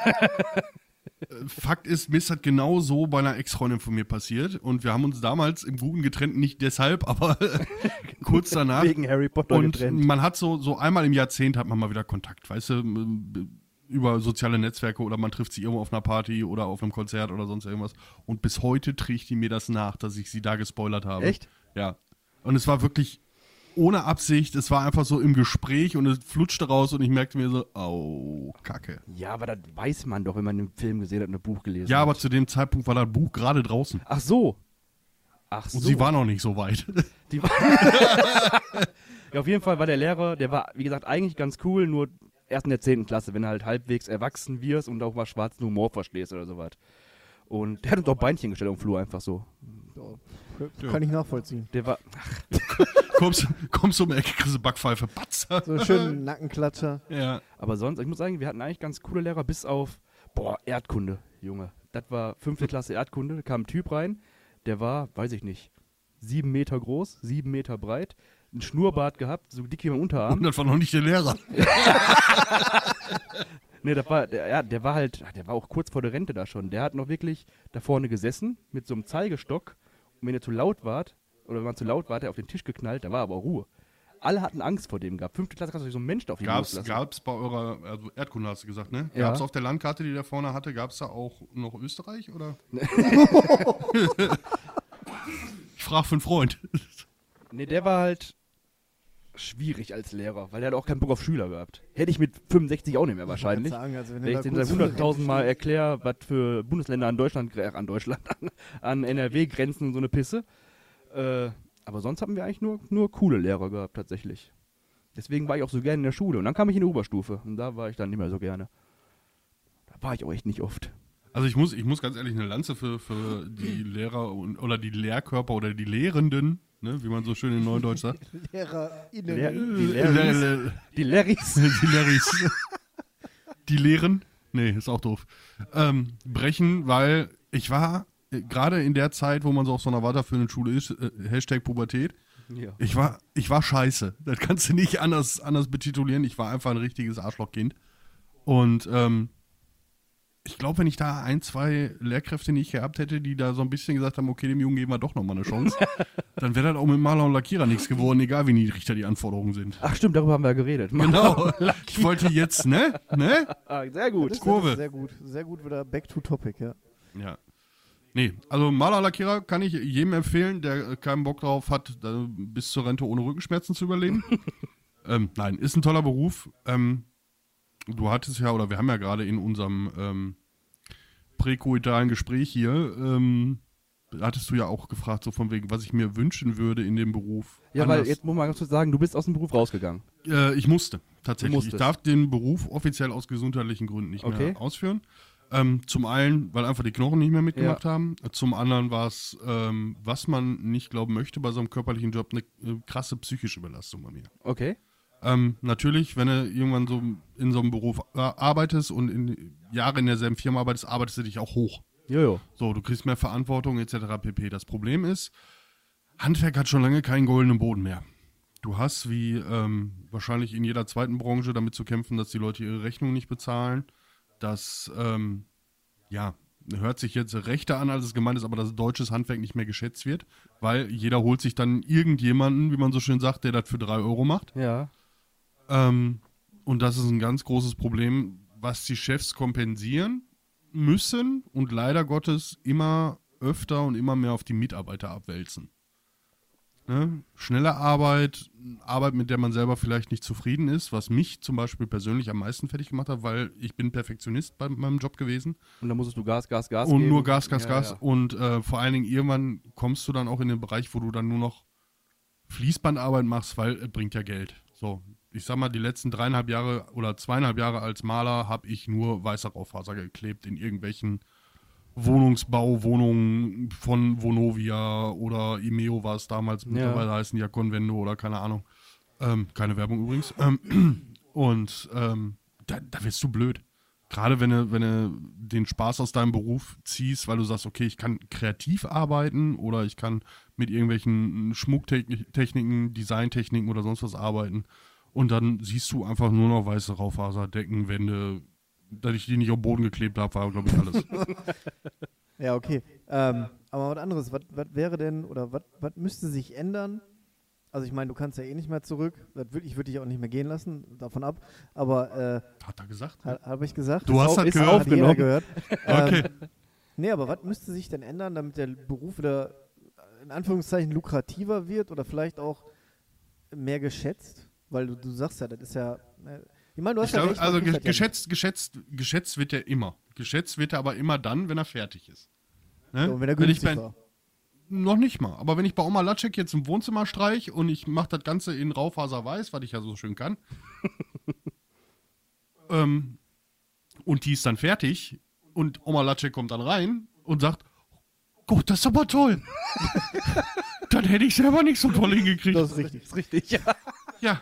B: Fakt ist, mir ist das genau so bei einer Ex-Freundin von mir passiert. Und wir haben uns damals im Guten getrennt, nicht deshalb, aber kurz danach.
A: Wegen Harry Potter
B: Und
A: getrennt.
B: man hat so, so einmal im Jahrzehnt hat man mal wieder Kontakt, weißt du, m- b- über soziale Netzwerke oder man trifft sie irgendwo auf einer Party oder auf einem Konzert oder sonst irgendwas. Und bis heute trägt die mir das nach, dass ich sie da gespoilert habe.
A: Echt?
B: Ja. Und es war wirklich ohne Absicht, es war einfach so im Gespräch und es flutschte raus und ich merkte mir so, au, Kacke.
A: Ja, aber das weiß man doch, wenn man einen Film gesehen hat und ein Buch gelesen
B: Ja,
A: hat.
B: aber zu dem Zeitpunkt war das Buch gerade draußen.
A: Ach so. Ach so.
B: Und sie war noch nicht so weit.
A: Die war ja, auf jeden Fall war der Lehrer, der war, wie gesagt, eigentlich ganz cool, nur erst in der 10. Klasse, wenn du halt halbwegs erwachsen wirst und auch mal schwarzen Humor verstehst oder sowas. Und der hat uns auch Beinchen gestellt am Flur einfach so.
C: Kann ich nachvollziehen.
A: Der war,
B: kommst, kommst um die Ecke, kriegst eine Backpfeife, batz.
C: So schön Nackenklatscher.
B: Ja.
A: aber sonst, ich muss sagen, wir hatten eigentlich ganz coole Lehrer, bis auf, boah, Erdkunde, Junge. Das war fünfte Klasse Erdkunde, da kam ein Typ rein, der war, weiß ich nicht, sieben Meter groß, sieben Meter breit, ein Schnurrbart gehabt, so dick wie mein Unterarm.
B: Und das war noch nicht der Lehrer.
A: Nee, das war, der, ja, der war halt, ach, der war auch kurz vor der Rente da schon. Der hat noch wirklich da vorne gesessen mit so einem Zeigestock. Und wenn er zu laut war, oder wenn man zu laut war, hat er auf den Tisch geknallt, da war aber Ruhe. Alle hatten Angst vor dem gehabt. Fünfte Klasse kannst du nicht so einen Mensch da auf die
B: Gab's,
A: loslassen.
B: gab's bei eurer, also Erdkunde hast du gesagt, ne?
A: Ja.
B: Gab's auf der Landkarte, die der vorne hatte, gab's da auch noch Österreich oder? ich frage für einen Freund.
A: Nee, der war halt schwierig als Lehrer, weil der hat auch keinen Bock auf Schüler gehabt. Hätte ich mit 65 auch nicht mehr wahrscheinlich.
C: Ich kann sagen, also wenn du
A: Wenn ich
C: da
A: denen
C: kurz
A: seit 100.000 Mal erkläre, was für Bundesländer an Deutschland, äh, an Deutschland, an, an NRW grenzen und so eine Pisse. Äh, aber sonst haben wir eigentlich nur, nur coole Lehrer gehabt, tatsächlich. Deswegen war ich auch so gerne in der Schule. Und dann kam ich in die Oberstufe. Und da war ich dann nicht mehr so gerne. Da war ich auch echt nicht oft.
B: Also ich muss, ich muss ganz ehrlich eine Lanze für, für die Lehrer und, oder die Lehrkörper oder die Lehrenden, ne, wie man so schön in Neudeutsch sagt.
C: LehrerInnen.
A: Lehr- die
B: Le-
A: Lehrer.
B: le-
A: Die Larrys.
B: Die Larrys. Die Lehren, nee, ist auch doof. Ähm, brechen, weil ich war äh, gerade in der Zeit, wo man so auf so einer weiterführenden Schule ist, äh, Hashtag Pubertät,
A: Ja.
B: ich war, ich war scheiße. Das kannst du nicht anders, anders betitulieren. Ich war einfach ein richtiges Arschlochkind. Und ähm, ich glaube, wenn ich da ein, zwei Lehrkräfte nicht gehabt hätte, die da so ein bisschen gesagt haben, okay, dem Jungen geben wir doch nochmal eine Chance, dann wäre das auch mit Maler und Lackierer nichts geworden, egal wie niedrig da die Anforderungen sind.
A: Ach stimmt, darüber haben wir ja geredet.
B: Genau. Ich wollte jetzt, ne? Ne?
A: Ah, sehr
C: Das
A: gut.
C: ist
B: Kurve.
C: Sehr gut. Sehr gut wieder back to topic, ja.
B: Ja. Nee, also Malerlackierer kann ich jedem empfehlen, der äh, keinen Bock drauf hat, da bis zur Rente ohne Rückenschmerzen zu überleben. ähm, nein, ist ein toller Beruf. Ähm, du hattest ja, oder wir haben ja gerade in unserem ähm, präkoitalen Gespräch hier, ähm, hattest du ja auch gefragt, so von wegen, was ich mir wünschen würde in dem Beruf.
A: Ja, weil
B: anders.
A: jetzt muss man ganz kurz sagen, du bist aus dem Beruf rausgegangen.
B: Äh, ich musste,
A: Du
B: tatsächlich.
A: musstest.
B: Ich darf den Beruf offiziell aus gesundheitlichen Gründen nicht
A: Okay.
B: mehr ausführen. Ähm, zum einen, weil einfach die Knochen nicht mehr mitgemacht
A: Ja.
B: haben. Zum anderen war es, ähm, was man nicht glauben möchte, bei so einem körperlichen Job eine äh, krasse psychische Belastung bei mir.
A: Okay.
B: Ähm, natürlich, wenn du irgendwann so in so einem Beruf äh, arbeitest und in, Jahre in derselben Firma arbeitest, arbeitest du dich auch hoch.
A: Jojo.
B: So, du kriegst mehr Verantwortung etc. pp. Das Problem ist, Handwerk hat schon lange keinen goldenen Boden mehr. Du hast wie ähm, wahrscheinlich in jeder zweiten Branche damit zu kämpfen, dass die Leute ihre Rechnung nicht bezahlen. Das, ähm, ja, hört sich jetzt rechter an, als es gemeint ist, aber dass deutsches Handwerk nicht mehr geschätzt wird, weil jeder holt sich dann irgendjemanden, wie man so schön sagt, der das für drei Euro macht.
A: Ja.
B: Ähm, und das ist ein ganz großes Problem, was die Chefs kompensieren müssen und leider Gottes immer öfter und immer mehr auf die Mitarbeiter abwälzen. Ne? Schnelle Arbeit, Arbeit, mit der man selber vielleicht nicht zufrieden ist, was mich zum Beispiel persönlich am meisten fertig gemacht hat, weil ich bin Perfektionist bei meinem Job gewesen
A: Und dann musstest du Gas, Gas, Gas
B: und
A: geben.
B: nur Gas, Gas,
A: Ja,
B: Gas.
A: ja.
B: Und äh, vor allen Dingen irgendwann kommst du dann auch in den Bereich, wo du dann nur noch Fließbandarbeit machst, weil es bringt ja Geld. So, ich sag mal, die letzten dreieinhalb Jahre oder zweieinhalb Jahre als Maler habe ich nur weiße Raufaser geklebt in irgendwelchen Wohnungsbau, Wohnungen von Vonovia oder Imeo war es damals, mittlerweile heißen die ja Convendo oder keine Ahnung. Ähm, keine Werbung übrigens. Ähm, und ähm, da, da wirst du blöd. Gerade wenn du, wenn du den Spaß aus deinem Beruf ziehst, weil du sagst, okay, ich kann kreativ arbeiten oder ich kann mit irgendwelchen Schmucktechniken, Designtechniken oder sonst was arbeiten. Und dann siehst du einfach nur noch weiße Raufaserdecken, Wände, dass ich die nicht auf den Boden geklebt habe, war, glaube ich, alles.
C: Ja, okay. Ähm, aber was anderes, was was wäre denn oder was was müsste sich ändern? Also ich meine, du kannst ja eh nicht mehr zurück. Das würd, ich würde dich auch nicht mehr gehen lassen, davon ab. Aber äh,
B: Hat er gesagt?
C: ha, habe ich gesagt,
B: Du hast
C: Ist
B: das
C: ist
B: gehört.
C: hat jeder
A: Aufgenommen.
C: gehört.
B: Okay.
C: Ähm, nee, aber was müsste sich denn ändern, damit der Beruf wieder äh, in Anführungszeichen lukrativer wird oder vielleicht auch mehr geschätzt? Weil du, du sagst ja, das ist ja. äh, Ich meine, du hast
B: Ich
C: ja
B: glaub,
C: recht,
B: also
C: man
B: ge
C: kriegt das ja
B: geschätzt, geschätzt, geschätzt wird er immer. Geschätzt wird er aber immer dann, wenn er fertig ist. Ne?
C: nicht. Und wenn er
B: ich
C: günstig
B: bei,
C: war.
B: Noch nicht mal. Aber wenn ich bei Oma Latschek jetzt im Wohnzimmer streich und ich mache das Ganze in Raufaser weiß, was ich ja so schön kann, ähm, und die ist dann fertig und Oma Latschek kommt dann rein und sagt, Gott, das ist aber toll. dann hätte ich selber nicht so toll hingekriegt.
C: Das ist richtig.
A: Ist richtig, ja.
B: Ja.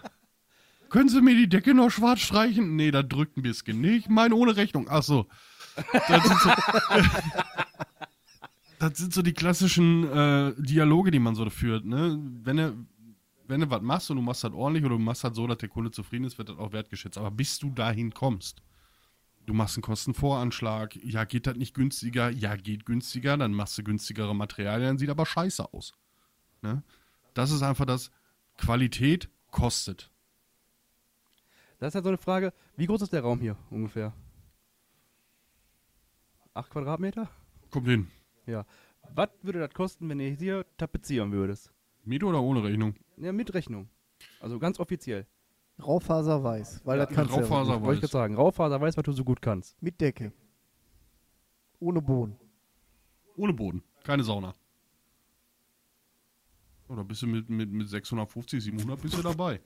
B: Können Sie mir die Decke noch schwarz streichen? Nee, da drückt ein bisschen. Nee, ich meine ohne Rechnung. Ach so. Das sind so, das sind so die klassischen äh, Dialoge, die man so führt. Ne? Wenn du wenn du was machst und du machst das ordentlich oder du machst das so, dass der Kunde zufrieden ist, wird das auch wertgeschätzt. Aber bis du dahin kommst, du machst einen Kostenvoranschlag, ja, geht das nicht günstiger, ja, geht günstiger, dann machst du günstigere Materialien, sieht aber scheiße aus. Ne? Das ist einfach das, Qualität kostet.
A: Das ist halt so eine Frage, wie groß ist der Raum hier ungefähr? Acht Quadratmeter?
B: Kommt hin.
A: Ja. Was würde das kosten, wenn ihr hier tapezieren würdest?
B: Mit oder ohne Rechnung?
A: Ja, mit Rechnung. Also ganz offiziell.
C: Raufaser weiß, weil
A: Ja,
C: das kannst du ja
B: Raufaser-
C: wirklich.
A: Wollte ich
B: weiß.
A: gerade sagen. Raufaser weiß, was du so gut kannst.
C: mit Decke. Ohne Boden.
B: Ohne Boden. Keine Sauna. Oder bist du mit, mit, mit 650, 700 bist du dabei?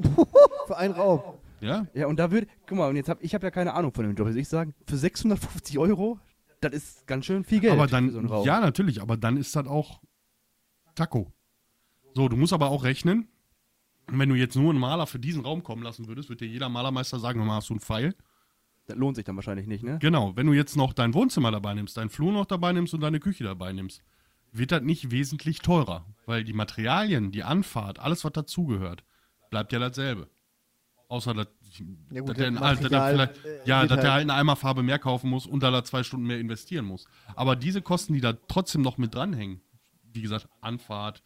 C: Für einen Raum.
B: Ja?
A: Ja, und da würde, guck mal, und jetzt hab ich habe ja keine Ahnung von dem Job. Also ich sagen, für 650 Euro, das ist ganz schön viel Geld
B: Aber
A: für so einen
B: dann,
A: Raum.
B: ja, natürlich, aber dann ist das auch Taco. So, du musst aber auch rechnen, wenn du jetzt nur einen Maler für diesen Raum kommen lassen würdest, wird dir jeder Malermeister sagen, hör mal, hast du einen Pfeil?
A: Das lohnt sich dann wahrscheinlich nicht, ne?
B: Genau, wenn du jetzt noch dein Wohnzimmer dabei nimmst, deinen Flur noch dabei nimmst und deine Küche dabei nimmst, wird das nicht wesentlich teurer, weil die Materialien, die Anfahrt, alles, was dazugehört, bleibt ja dasselbe. Außer, dass,
C: Ja gut,
B: dass, der, ein-
C: das
B: dass der
C: Material,
B: vielleicht,
C: äh,
B: ja,
C: wird
B: dass der
C: halt-
B: halt eine Eimerfarbe mehr kaufen muss und da er zwei Stunden mehr investieren muss. Aber diese Kosten, die da trotzdem noch mit dranhängen, wie gesagt, Anfahrt,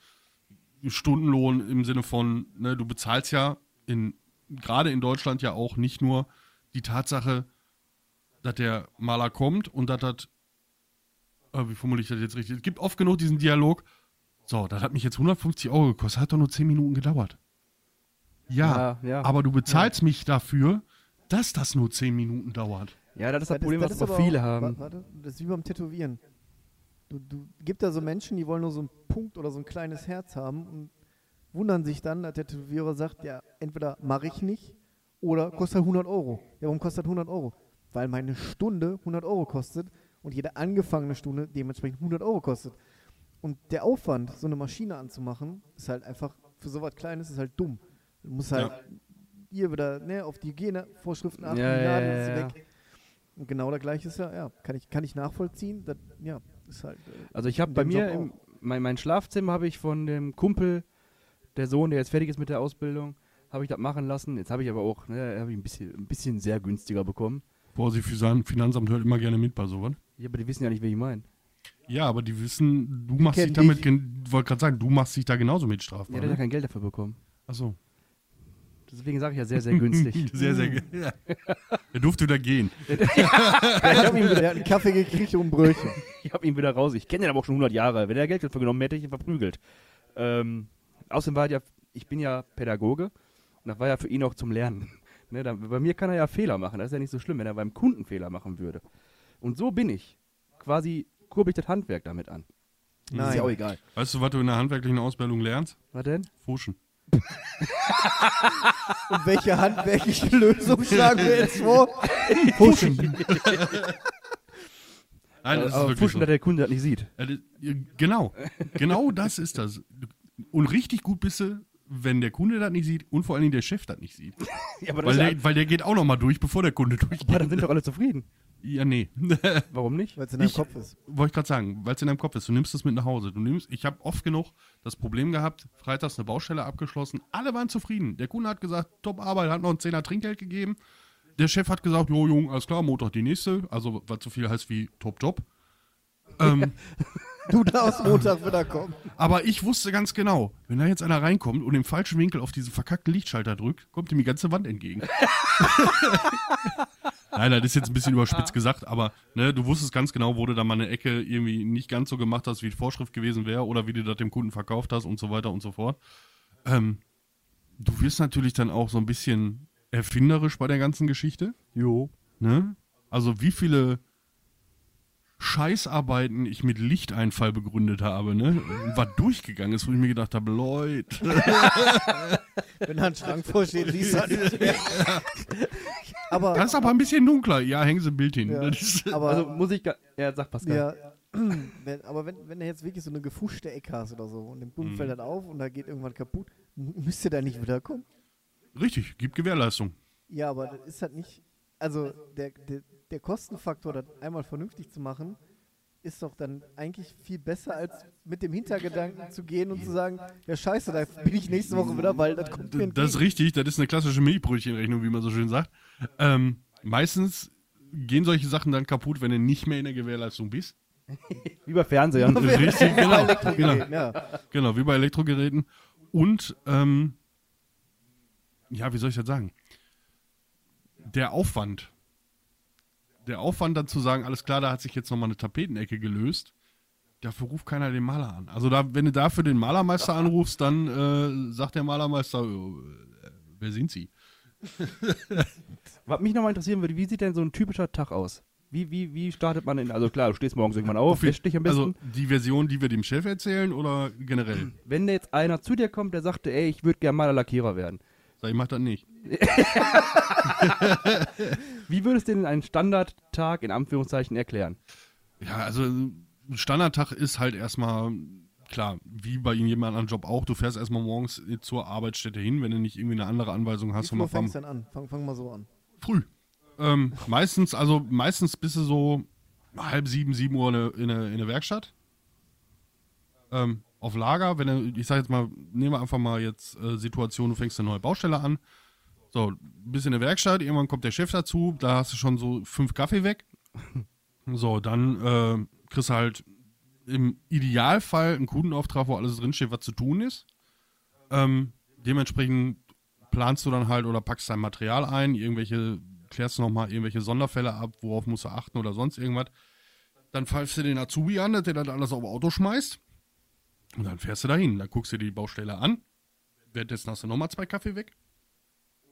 B: Stundenlohn im Sinne von, ne, du bezahlst ja in, gerade in Deutschland ja auch nicht nur die Tatsache, dass der Maler kommt und dass das, äh, wie formuliere ich das jetzt richtig? Es gibt oft genug diesen Dialog, so, das hat mich jetzt 150 Euro gekostet, hat doch nur 10 Minuten gedauert. Ja,
A: Ja, ja.
B: aber du bezahlst mich dafür, dass das nur 10 Minuten dauert.
A: Ja, das ist das,
C: ist-
A: Problem, was
C: ist
A: aber
C: aber
A: viele
C: auch-
A: haben.
C: wa- Warte, das ist wie beim Tätowieren. Du, du gibt da so Menschen, die wollen nur so einen Punkt oder so ein kleines Herz haben und wundern sich dann, dass der Tätowierer sagt, ja, entweder mache ich nicht oder kostet 100 Euro. Ja, warum kostet 100 Euro? Weil meine Stunde 100 Euro kostet und jede angefangene Stunde dementsprechend 100 Euro kostet. Und der Aufwand, so eine Maschine anzumachen, ist halt einfach, für so was Kleines ist halt dumm. Du musst halt hier wieder ne, auf die Hygienevorschriften achten,
A: Ja,
C: die
A: ja,
C: Nadel
A: ja,
C: ist
A: ja.
C: weg. Und genau der gleiche ist ja, ja, kann ich, kann ich nachvollziehen. Das, ja, ist halt. äh,
A: Also ich habe
C: in
A: bei
C: dem
A: mir,
C: Job
A: im, mein, mein Schlafzimmer habe ich von dem Kumpel, der Sohn, der jetzt fertig ist mit der Ausbildung, habe ich das machen lassen. Jetzt habe ich aber auch, ne, habe ich ein bisschen, ein bisschen sehr günstiger bekommen.
B: Boah, sie Finanzamt hört immer gerne mit bei sowas.
A: Ja, aber die wissen ja nicht, wen ich meine.
B: Ja, aber die wissen, du machst
C: Kenn
B: dich damit,
C: dich.
B: gen- wollte gerade sagen, du machst dich da genauso mit strafbar.
A: Ja, der hat ja
B: ne?
A: kein Geld dafür bekommen.
B: Achso.
A: Deswegen sage ich ja sehr, sehr günstig.
B: Sehr, sehr ge- ja. Er durfte wieder gehen.
C: Ich habe ihm wieder einen Kaffee gekriegt und ein Brötchen.
A: Ich habe ihn wieder raus. Ich kenne den aber auch schon 100 Jahre. Wenn er Geld dafür genommen hätte, hätte ich ihn verprügelt. Ähm, außerdem war ja, ich bin ja Pädagoge und das war ja für ihn auch zum Lernen. Ne, da, bei mir kann er ja Fehler machen. Das ist ja nicht so schlimm, wenn er beim Kunden Fehler machen würde. Und so bin ich. Quasi kurbe ich das Handwerk damit an. Ist ja auch
C: Nein.
A: egal.
B: Weißt du, was du in der handwerklichen Ausbildung lernst?
A: Was denn?
B: Fuschen.
C: Und welche handwerkliche Lösung schlagen wir jetzt vor? Pushen.
B: Nein, das ist
A: aber pushen,
B: wirklich so.
A: Äh, dass der Kunde das nicht sieht.
B: Ja, das- Äh, ja, Genau, genau das ist das. Und richtig gut bist du, wenn der Kunde das nicht sieht und vor allen Dingen der Chef das nicht sieht.
A: Ja, aber, das
B: Weil
A: ist ja-
B: der, weil der geht auch nochmal durch, bevor der Kunde
A: aber
B: durchgeht.
A: dann sind doch alle zufrieden.
B: Ja, nee.
A: Warum nicht?
C: weil es in deinem
B: Ich-
C: Kopf ist.
B: Wollte ich gerade sagen, weil es in deinem Kopf ist. Du nimmst es mit nach Hause. Du nimmst, ich habe oft genug das Problem gehabt, freitags eine Baustelle abgeschlossen. Alle waren zufrieden. Der Kunde hat gesagt, top Arbeit, hat noch ein Zehner Trinkgeld gegeben. Der Chef hat gesagt, jo, Junge, alles klar, Montag die nächste. Also, was so viel heißt wie top Job. Ähm,
C: Du darfst Montag wieder kommen.
B: Aber ich wusste ganz genau, wenn da jetzt einer reinkommt und im falschen Winkel auf diesen verkackten Lichtschalter drückt, kommt ihm die ganze Wand entgegen. Nein, das ist jetzt ein bisschen überspitzt gesagt, aber ne, du wusstest ganz genau, wo du da mal eine Ecke irgendwie nicht ganz so gemacht hast, wie Vorschrift gewesen wäre oder wie du das dem Kunden verkauft hast und so weiter und so fort. Ähm, du wirst natürlich dann auch so ein bisschen erfinderisch bei der ganzen Geschichte.
A: Jo.
B: Ne? Also wie viele Scheißarbeiten ich mit Lichteinfall begründet habe, ne? War durchgegangen ist, wo ich mir gedacht habe, Leute.
C: Wenn da ein Schrank vorsteht, siehst du das nicht mehr. Aber,
B: Das ist aber ein bisschen dunkler. Ja, hängen Sie ein Bild hin.
C: Ja.
B: Das ist, äh,
C: aber
A: Also muss ich. ga- Ja, sag Pascal.
C: Ja, wenn, aber wenn, wenn du jetzt wirklich so eine gefuschte Ecke hast oder so und dem Kunden fällt das auf und da geht irgendwas kaputt, m- müsste da nicht wiederkommen?
B: richtig, gibt Gewährleistung.
C: Ja, aber das ist halt nicht. Also der, der, der Kostenfaktor, das einmal vernünftig zu machen, ist doch dann eigentlich viel besser, als mit dem Hintergedanken zu gehen und zu sagen, ja scheiße, da bin ich nächste Woche wieder, weil das kommt mir
B: D- Das ist
C: entgegen.
B: richtig, das ist eine klassische Milchbrötchenrechnung, wie man so schön sagt. Ähm, meistens gehen solche Sachen dann kaputt, wenn du nicht mehr in der Gewährleistung bist.
A: Wie bei Fernsehern.
B: Richtig, genau. genau.
C: Ja,
B: Genau, wie bei Elektrogeräten. Und, ähm, ja, wie soll ich das sagen? Der Aufwand. Der Aufwand dann zu sagen, alles klar, da hat sich jetzt nochmal eine Tapetenecke gelöst. Dafür ruft keiner den Maler an. Also, da, wenn du dafür den Malermeister anrufst, dann äh, sagt der Malermeister, äh, wer sind Sie?
A: Was mich nochmal interessieren würde, wie sieht denn so ein typischer Tag aus? Wie, wie, wie startet man in. Also klar, du stehst morgens irgendwann auf, wäschst dich am besten. Hm.
B: Also, die Version, die wir dem Chef erzählen oder generell?
A: Wenn da jetzt einer zu dir kommt, der sagte, ey, ich würde gerne mal Lackierer werden.
B: Sag ich, mach das nicht.
A: Wie würdest du denn einen Standardtag in Anführungszeichen erklären?
B: Ja, also ein Standardtag ist halt erstmal, klar, wie bei jedem anderen Job auch, du fährst erstmal morgens zur Arbeitsstätte hin, wenn du nicht irgendwie eine andere Anweisung
C: wie
B: hast.
C: früh
B: mal
C: fängst du denn an? Fang, fang mal so an.
B: früh. Ähm, meistens, also meistens bist du so halb sieben, sieben Uhr in der- in der, in der Werkstatt. Ähm, auf Lager, wenn du, ich sag jetzt mal, nehmen wir einfach mal jetzt äh, Situation, du fängst eine neue Baustelle an. So, bist in der Werkstatt, irgendwann kommt der Chef dazu, da hast du schon so fünf Kaffee weg. So, dann äh, kriegst du halt im Idealfall einen Kundenauftrag, wo alles drinsteht, was zu tun ist. Ähm, dementsprechend planst du dann halt oder packst dein Material ein, irgendwelche, klärst du nochmal irgendwelche Sonderfälle ab, worauf musst du achten oder sonst irgendwas. Dann pfeifst du den Azubi an, dass der dann alles auf Auto schmeißt. Und dann fährst du dahin. Dann guckst du dir die Baustelle an. Währenddessen hast du nochmal zwei Kaffee weg.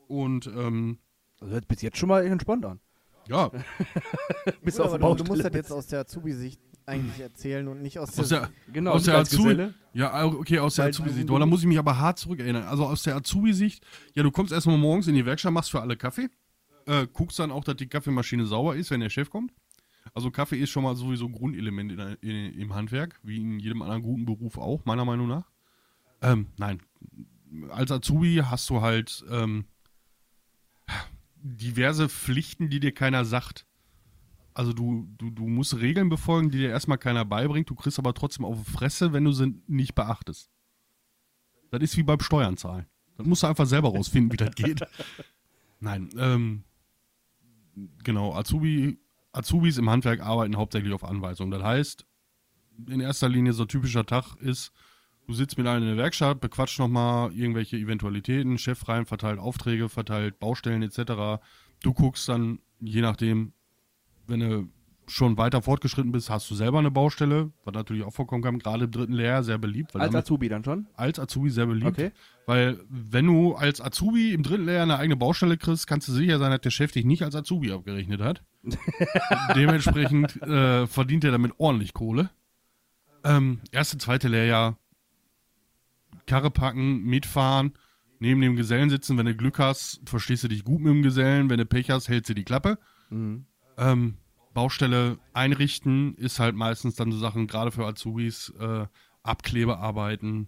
B: Und ähm,
A: Also hört bis jetzt schon mal entspannt an.
B: ja,
A: Bis
C: Gut,
A: auf
C: aber
A: die
C: du, du musst
A: Baustelle
C: das jetzt aus der Azubi-Sicht eigentlich erzählen und nicht aus
B: aus
C: der.
B: der,
A: Genau,
B: aus
A: du
B: der
A: als
B: Azubi.
A: Geselle.
B: Ja, okay, aus der
C: Weil-
B: Azubi-Sicht. Aber da muss ich mich aber hart zurückerinnern. Also aus der Azubi-Sicht, ja, du kommst erstmal morgens in die Werkstatt, machst für alle Kaffee, äh, guckst dann auch, dass die Kaffeemaschine sauber ist, wenn der Chef kommt. Also Kaffee ist schon mal sowieso ein Grundelement in, ein- in, im Handwerk, wie in jedem anderen guten Beruf auch, meiner Meinung nach. Ähm, nein, als Azubi hast du halt ähm, diverse Pflichten, die dir keiner sagt. Also du, du, du musst Regeln befolgen, die dir erstmal keiner beibringt, du kriegst aber trotzdem auf die Fresse, wenn du sie nicht beachtest. Das ist wie beim Steuern zahlen. Das musst du einfach selber rausfinden, wie das geht. Nein, ähm, genau, Azubi, Azubis im Handwerk arbeiten hauptsächlich auf Anweisung. Das heißt, in erster Linie so ein typischer Tag ist, du sitzt mit einem in der Werkstatt, bequatscht nochmal irgendwelche Eventualitäten, Chef rein, verteilt Aufträge, verteilt Baustellen etc. Du guckst dann, je nachdem, wenn du schon weiter fortgeschritten bist, hast du selber eine Baustelle, was natürlich auch vorkommen kann, gerade im dritten Lehrjahr sehr beliebt. weil
A: Als
B: damit-
A: Azubi dann schon.
B: als Azubi sehr beliebt.
A: Okay.
B: Weil wenn du als Azubi im dritten Lehrjahr eine eigene Baustelle kriegst, kannst du sicher sein, dass der Chef dich nicht als Azubi abgerechnet hat. Dementsprechend äh, verdient er damit ordentlich Kohle. Ähm, erste, zweite Lehrjahr Karre packen, mitfahren, neben dem Gesellen sitzen. Wenn du Glück hast, verstehst du dich gut mit dem Gesellen. Wenn du Pech hast, hältst du die Klappe. Ähm, Baustelle einrichten ist halt meistens dann so Sachen, gerade für Azubis, äh, Abklebearbeiten.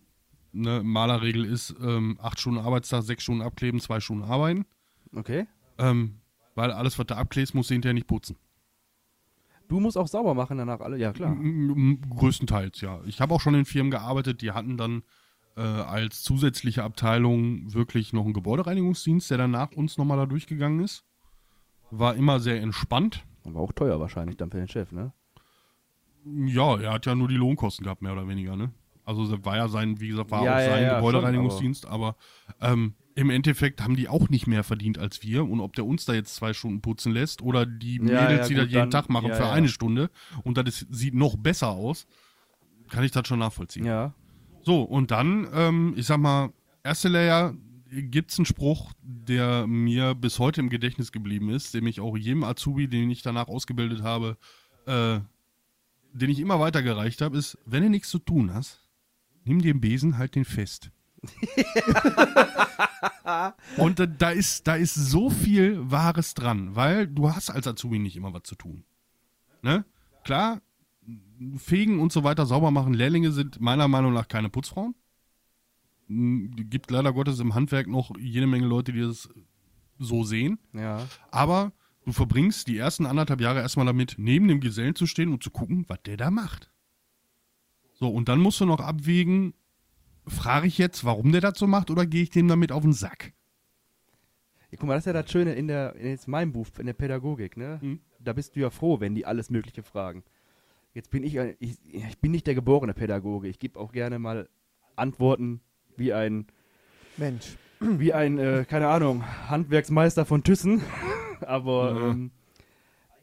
B: Ne? Malerregel ist ähm, acht Stunden Arbeitstag, sechs Stunden abkleben, zwei Stunden arbeiten.
A: Okay.
B: Ähm, weil alles, was du abklebst, musst du hinterher nicht putzen.
A: Du musst auch sauber machen danach alle. Ja, klar.
B: M- m- Größtenteils, ja. Ich habe auch schon in Firmen gearbeitet, die hatten dann äh, als zusätzliche Abteilung wirklich noch einen Gebäudereinigungsdienst, der danach uns nochmal da durchgegangen ist. War immer sehr entspannt.
A: Aber auch teuer wahrscheinlich dann für den Chef, ne?
B: Ja, er hat ja nur die Lohnkosten gehabt, mehr oder weniger, ne? Also das war ja sein, wie gesagt, war
A: Ja,
B: auch
A: ja,
B: sein
A: ja,
B: Gebäudereinigungsdienst, aber, ähm, im Endeffekt haben die auch nicht mehr verdient als wir. Und ob der uns da jetzt zwei Stunden putzen lässt oder die
A: Ja,
B: Mädels,
A: ja,
B: die
A: gut,
B: das jeden
A: dann-
B: Tag machen
A: ja,
B: für
A: ja.
B: eine Stunde und das ist, sieht noch besser aus, kann ich das schon nachvollziehen.
A: Ja.
B: So, und dann, ähm, ich sag mal, erste Layer gibt es einen Spruch, der mir bis heute im Gedächtnis geblieben ist, dem ich auch jedem Azubi, den ich danach ausgebildet habe, äh, den ich immer weitergereicht habe, ist, wenn du nichts zu tun hast, nimm dir einen Besen, halt den fest. und da, da, ist, da ist so viel Wahres dran, weil du hast als Azubi nicht immer was zu tun. Ne? Klar, fegen und so weiter sauber machen. Lehrlinge sind meiner Meinung nach keine Putzfrauen. M, Gibt leider Gottes im Handwerk noch jede Menge Leute, die das so sehen.
A: Ja.
B: Aber du verbringst die ersten anderthalb Jahre erstmal damit, neben dem Gesellen zu stehen und zu gucken, was der da macht. So, und dann musst du noch abwägen, frage ich jetzt, warum der das so macht oder gehe ich dem damit auf den Sack?
A: Ja, guck mal, das ist ja das Schöne in der, in jetzt meinem Buch, in der Pädagogik, ne?
B: Mhm.
A: Da bist du ja froh, wenn die alles Mögliche fragen. Jetzt bin ich, ein- ich, ich bin nicht der geborene Pädagoge. Ich gebe auch gerne mal Antworten wie ein,
C: Mensch.
A: wie ein, äh, keine Ahnung, Handwerksmeister von Thyssen. Aber
B: Ja.
A: ähm,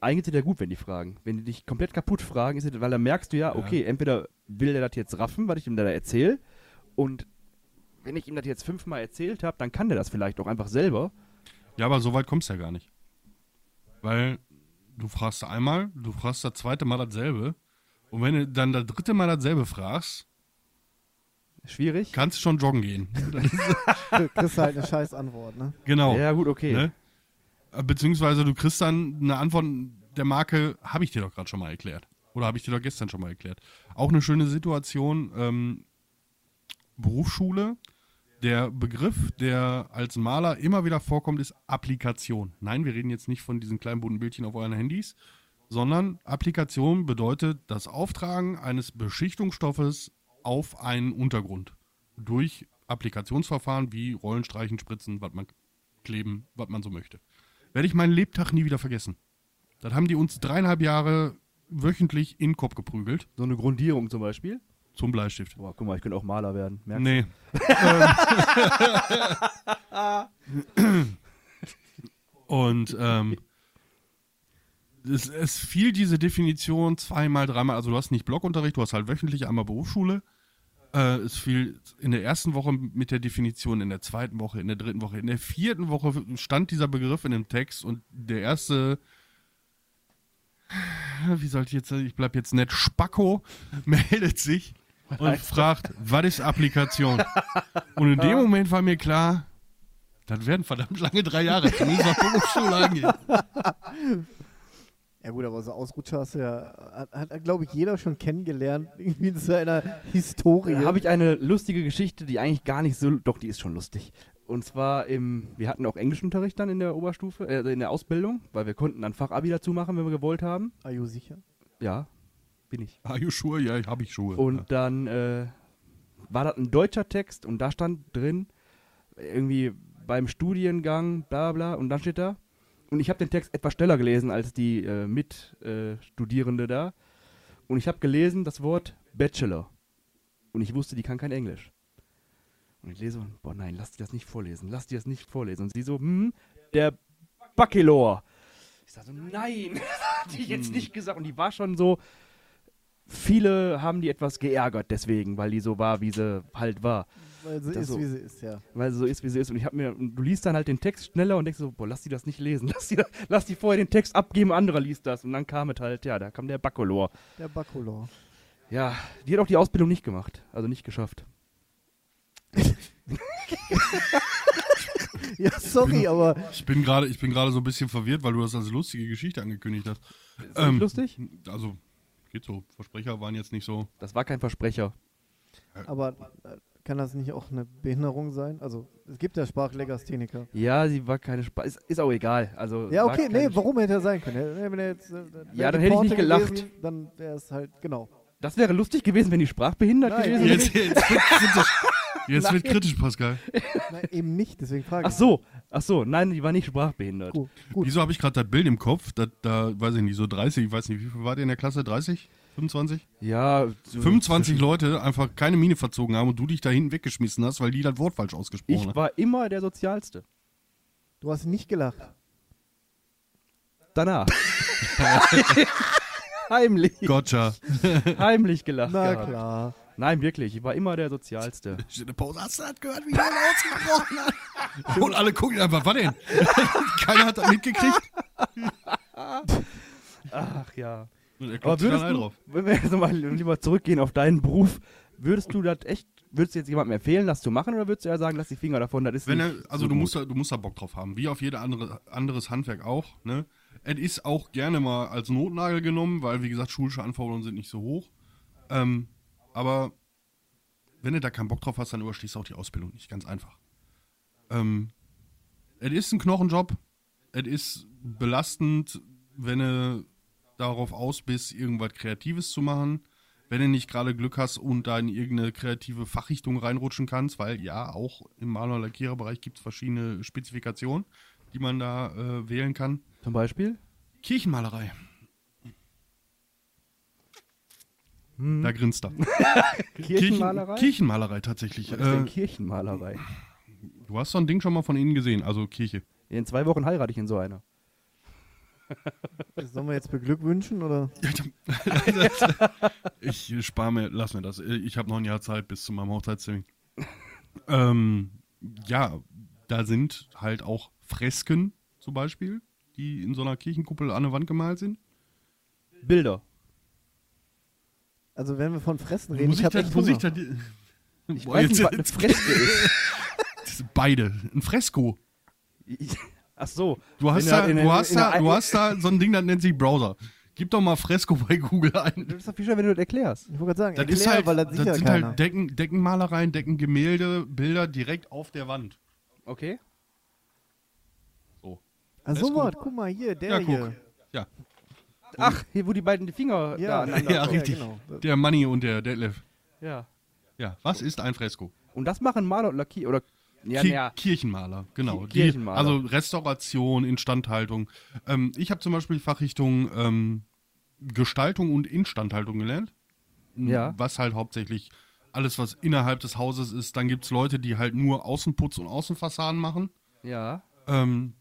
A: eigentlich ist es ja gut, wenn die fragen. Wenn die dich komplett kaputt fragen, ist es, weil dann merkst du ja, okay, entweder will der das jetzt raffen, was ich ihm da erzähle, und wenn ich ihm das jetzt fünfmal erzählt habe, dann kann der das vielleicht auch einfach selber.
B: Ja, aber so weit kommst du ja gar nicht. Weil du fragst da einmal, du fragst das zweite Mal dasselbe. Und wenn du dann das dritte Mal dasselbe fragst,
A: Schwierig.
B: kannst du schon joggen gehen.
C: Kriegst halt eine scheiß Antwort, ne?
B: genau.
A: Ja, gut, okay.
B: ne? Beziehungsweise du kriegst dann eine Antwort der Marke, habe ich dir doch gerade schon mal erklärt. Oder habe ich dir doch gestern schon mal erklärt. Auch eine schöne Situation, ähm, Berufsschule. Der Begriff, der als Maler immer wieder vorkommt, ist Applikation. Nein, wir reden jetzt nicht von diesen kleinen bunten Bildchen auf euren Handys, sondern Applikation bedeutet das Auftragen eines Beschichtungsstoffes auf einen Untergrund durch Applikationsverfahren wie Rollen, Streichen, Spritzen, was man kleben, was man so möchte. Werde ich meinen Lebtag nie wieder vergessen. Das haben die uns dreieinhalb Jahre wöchentlich in den Kopf geprügelt
A: So eine Grundierung zum Beispiel.
B: zum Bleistift.
A: Boah, guck mal, ich könnte auch Maler werden. Merkst
B: Nee. Ähm, Und ähm, es, es fiel diese Definition zweimal, dreimal, also du hast nicht Blockunterricht, du hast halt wöchentlich einmal Berufsschule. Äh, es fiel in der ersten Woche mit der Definition, in der zweiten Woche, in der dritten Woche, in der vierten Woche stand dieser Begriff in dem Text und der erste, wie sollte ich jetzt, ich bleib jetzt nett, Spacko meldet sich und fragt, was ist Applikation? Und in dem Moment war mir klar, das werden verdammt lange drei Jahre, zumindest was Berufsschule angeht.
C: Ja gut, aber so Ausrutscher hast du ja, hat, hat glaube ich jeder schon kennengelernt, irgendwie in seiner Historie.
A: Da habe ich eine lustige Geschichte, die eigentlich gar nicht so, doch die ist schon lustig. Und zwar im, wir hatten auch Englischunterricht dann in der Oberstufe, äh, in der Ausbildung, weil wir konnten dann Fachabi dazu machen, wenn wir gewollt haben.
C: Are you sicher?
A: Ja, bin ich.
B: Are you sure? Ja, ich habe ich Schuhe.
A: Und dann äh, war das ein deutscher Text und da stand drin, irgendwie beim Studiengang, bla bla, und dann steht da, und ich habe den Text etwas schneller gelesen als die äh, Mitstudierende äh, Studierende da, und ich habe gelesen das Wort Bachelor. Und ich wusste, die kann kein Englisch. Und ich lese und, boah, nein, lass die das nicht vorlesen, lass die das nicht vorlesen. Und sie so, hm, der Bachelor. Ich sage so, nein, das hat die jetzt nicht gesagt. Und die war schon so, viele haben die etwas geärgert deswegen, weil die so war, wie sie halt war.
C: Weil sie
A: Das
C: ist,
A: so.
C: wie sie ist, ja.
A: Weil sie so ist, wie sie ist. Und ich habe mir, und du liest dann halt den Text schneller und denkst so, boah, lass die das nicht lesen. Lass die, da- lass die vorher den Text abgeben, anderer liest das. Und dann kam es halt, ja, da kam der Bacolor.
C: Der Bacolor.
A: Ja, die hat auch die Ausbildung nicht gemacht. Also nicht geschafft.
C: Ja, sorry, aber
B: Ich bin gerade ich bin gerade so ein bisschen verwirrt, weil du das als lustige Geschichte angekündigt hast.
A: Ist
B: Ähm,
A: nicht lustig?
B: Also, geht so. Versprecher waren jetzt nicht so.
A: Das war kein Versprecher.
C: Aber äh, kann das nicht auch eine Behinderung sein? Also, es gibt ja Sprachlegastheniker.
A: Ja, sie war keine Spaß. Ist, ist auch egal. Also,
C: Ja,
A: war
C: okay,
A: keine
C: nee, warum hätte er sein können? Äh, Wenn er jetzt, äh,
A: Ja,
C: wär
A: dann hätte ich nicht
C: Reporter
A: gelacht.
C: Gewesen, dann wäre es halt, genau.
A: Das wäre lustig gewesen, wenn die sprachbehindert
C: Nein.
A: gewesen wäre.
B: Jetzt, jetzt, wird, kritisch. jetzt wird kritisch, Pascal.
C: Nein, eben nicht, deswegen frage
A: Ach
C: ich.
A: so, ach so, nein, die war nicht sprachbehindert.
C: Gut, gut.
B: Wieso habe ich gerade das Bild im Kopf? Da, da weiß ich nicht, so 30, ich weiß nicht, wie viel wart ihr in der Klasse? 30? 25?
A: Ja, so
B: 25 Leute einfach keine Miene verzogen haben und du dich da hinten weggeschmissen hast, weil die das Wort falsch ausgesprochen
A: Ich
B: hat.
A: war immer der Sozialste.
C: Du hast nicht gelacht.
A: Danach. heimlich,
B: Gotcha.
A: heimlich gelacht.
C: Na
A: gehabt.
C: klar.
A: Nein, wirklich, ich war immer der Sozialste.
B: Pause, hast du das gehört, wie der ausgebrochen hat? Und alle gucken einfach, was denn? Keiner hat das mitgekriegt.
A: Ach ja.
B: Und er
A: Aber
B: klopft sich
A: würdest
B: dann ein
A: du,
B: drauf.
A: wenn wir jetzt noch mal lieber zurückgehen auf deinen Beruf, würdest du das echt, würdest du jetzt jemandem empfehlen, das zu machen oder würdest du eher sagen, lass die Finger davon, das ist
B: Wenn er,
A: nicht
B: also
A: so
B: du
A: gut.
B: musst, da, du musst da Bock drauf haben, wie auf jedes andere, anderes Handwerk auch. Ne? Es ist auch gerne mal als Notnagel genommen, weil wie gesagt, schulische Anforderungen sind nicht so hoch. Ähm, aber wenn du da keinen Bock drauf hast, dann überstehst du auch die Ausbildung nicht. Ganz einfach. Ähm, es ist ein Knochenjob. Es ist belastend, wenn du darauf aus bist, irgendwas Kreatives zu machen. Wenn du nicht gerade Glück hast und da in irgendeine kreative Fachrichtung reinrutschen kannst, weil ja, auch im Maler- und Lackiererbereich gibt es verschiedene Spezifikationen, die man da äh, wählen kann.
A: Zum Beispiel?
B: Kirchenmalerei. Da grinst er.
A: Hm. Kirchenmalerei?
B: Kirchen, Kirchenmalerei tatsächlich.
A: Was ist denn
B: Äh,
A: Kirchenmalerei?
B: du hast so ein Ding schon mal von innen gesehen, also Kirche.
A: In zwei Wochen heirate ich in so einer.
C: Sollen wir jetzt beglückwünschen oder?
B: Ich spare mir, lass mir das. Ich habe noch ein Jahr Zeit bis zu meinem Hochzeitstermin. ähm, ja, da sind halt auch Fresken zum Beispiel, die in so einer Kirchenkuppel an der Wand gemalt sind.
A: Bilder.
C: Also, wenn wir von Fressen reden, ich habe echt
B: muss
C: Hunger.
B: ich da die,
A: Ich
B: Boah,
A: weiß nicht,
B: jetzt-
A: was eine
B: jetzt-
A: Freske ist.
B: beide. Ein Fresko.
A: Ich- Ach so.
B: Du hast,
A: Wenn
B: da,
A: in-
B: du, hast
A: in-
B: da,
A: in-
B: du hast da so ein Ding, das nennt sich Browser. Gib doch mal Fresco bei Google ein.
A: Das ist doch viel schöner, wenn du das erklärst.
C: Ich wollte gerade sagen,
B: Das,
C: erklär,
B: ist halt,
C: weil
B: das,
C: das sieht ja
B: sind
C: keiner.
B: halt Decken, Deckenmalereien, Deckengemälde, Bilder direkt auf der Wand.
A: Okay.
B: So.
C: Ach,
B: ist
C: Ah, so
B: gut.
C: was, guck mal hier, der
B: Ja, guck.
C: hier.
B: Ja.
A: Ach, hier, wo die beiden die Finger da
C: Ja,
A: aneinander
B: ja,
A: kommen.
B: richtig.
C: genau.
B: Der Manni und der Detlef.
A: ja.
B: Ja, was ist ein Fresko?
A: Und das machen Maler und Lackier oder. Ja,
B: Ki
A: ja.
B: Kirchenmaler, genau.
A: Ki-
B: Die-
A: Kirchenmaler.
B: Also Restauration, Instandhaltung. Ähm, ich habe zum Beispiel Fachrichtung ähm, Gestaltung und Instandhaltung gelernt.
A: Ja.
B: Was halt hauptsächlich alles, was innerhalb des Hauses ist. Dann gibt es Leute, die halt nur Außenputz und Außenfassaden machen.
A: Ja.
B: Ähm,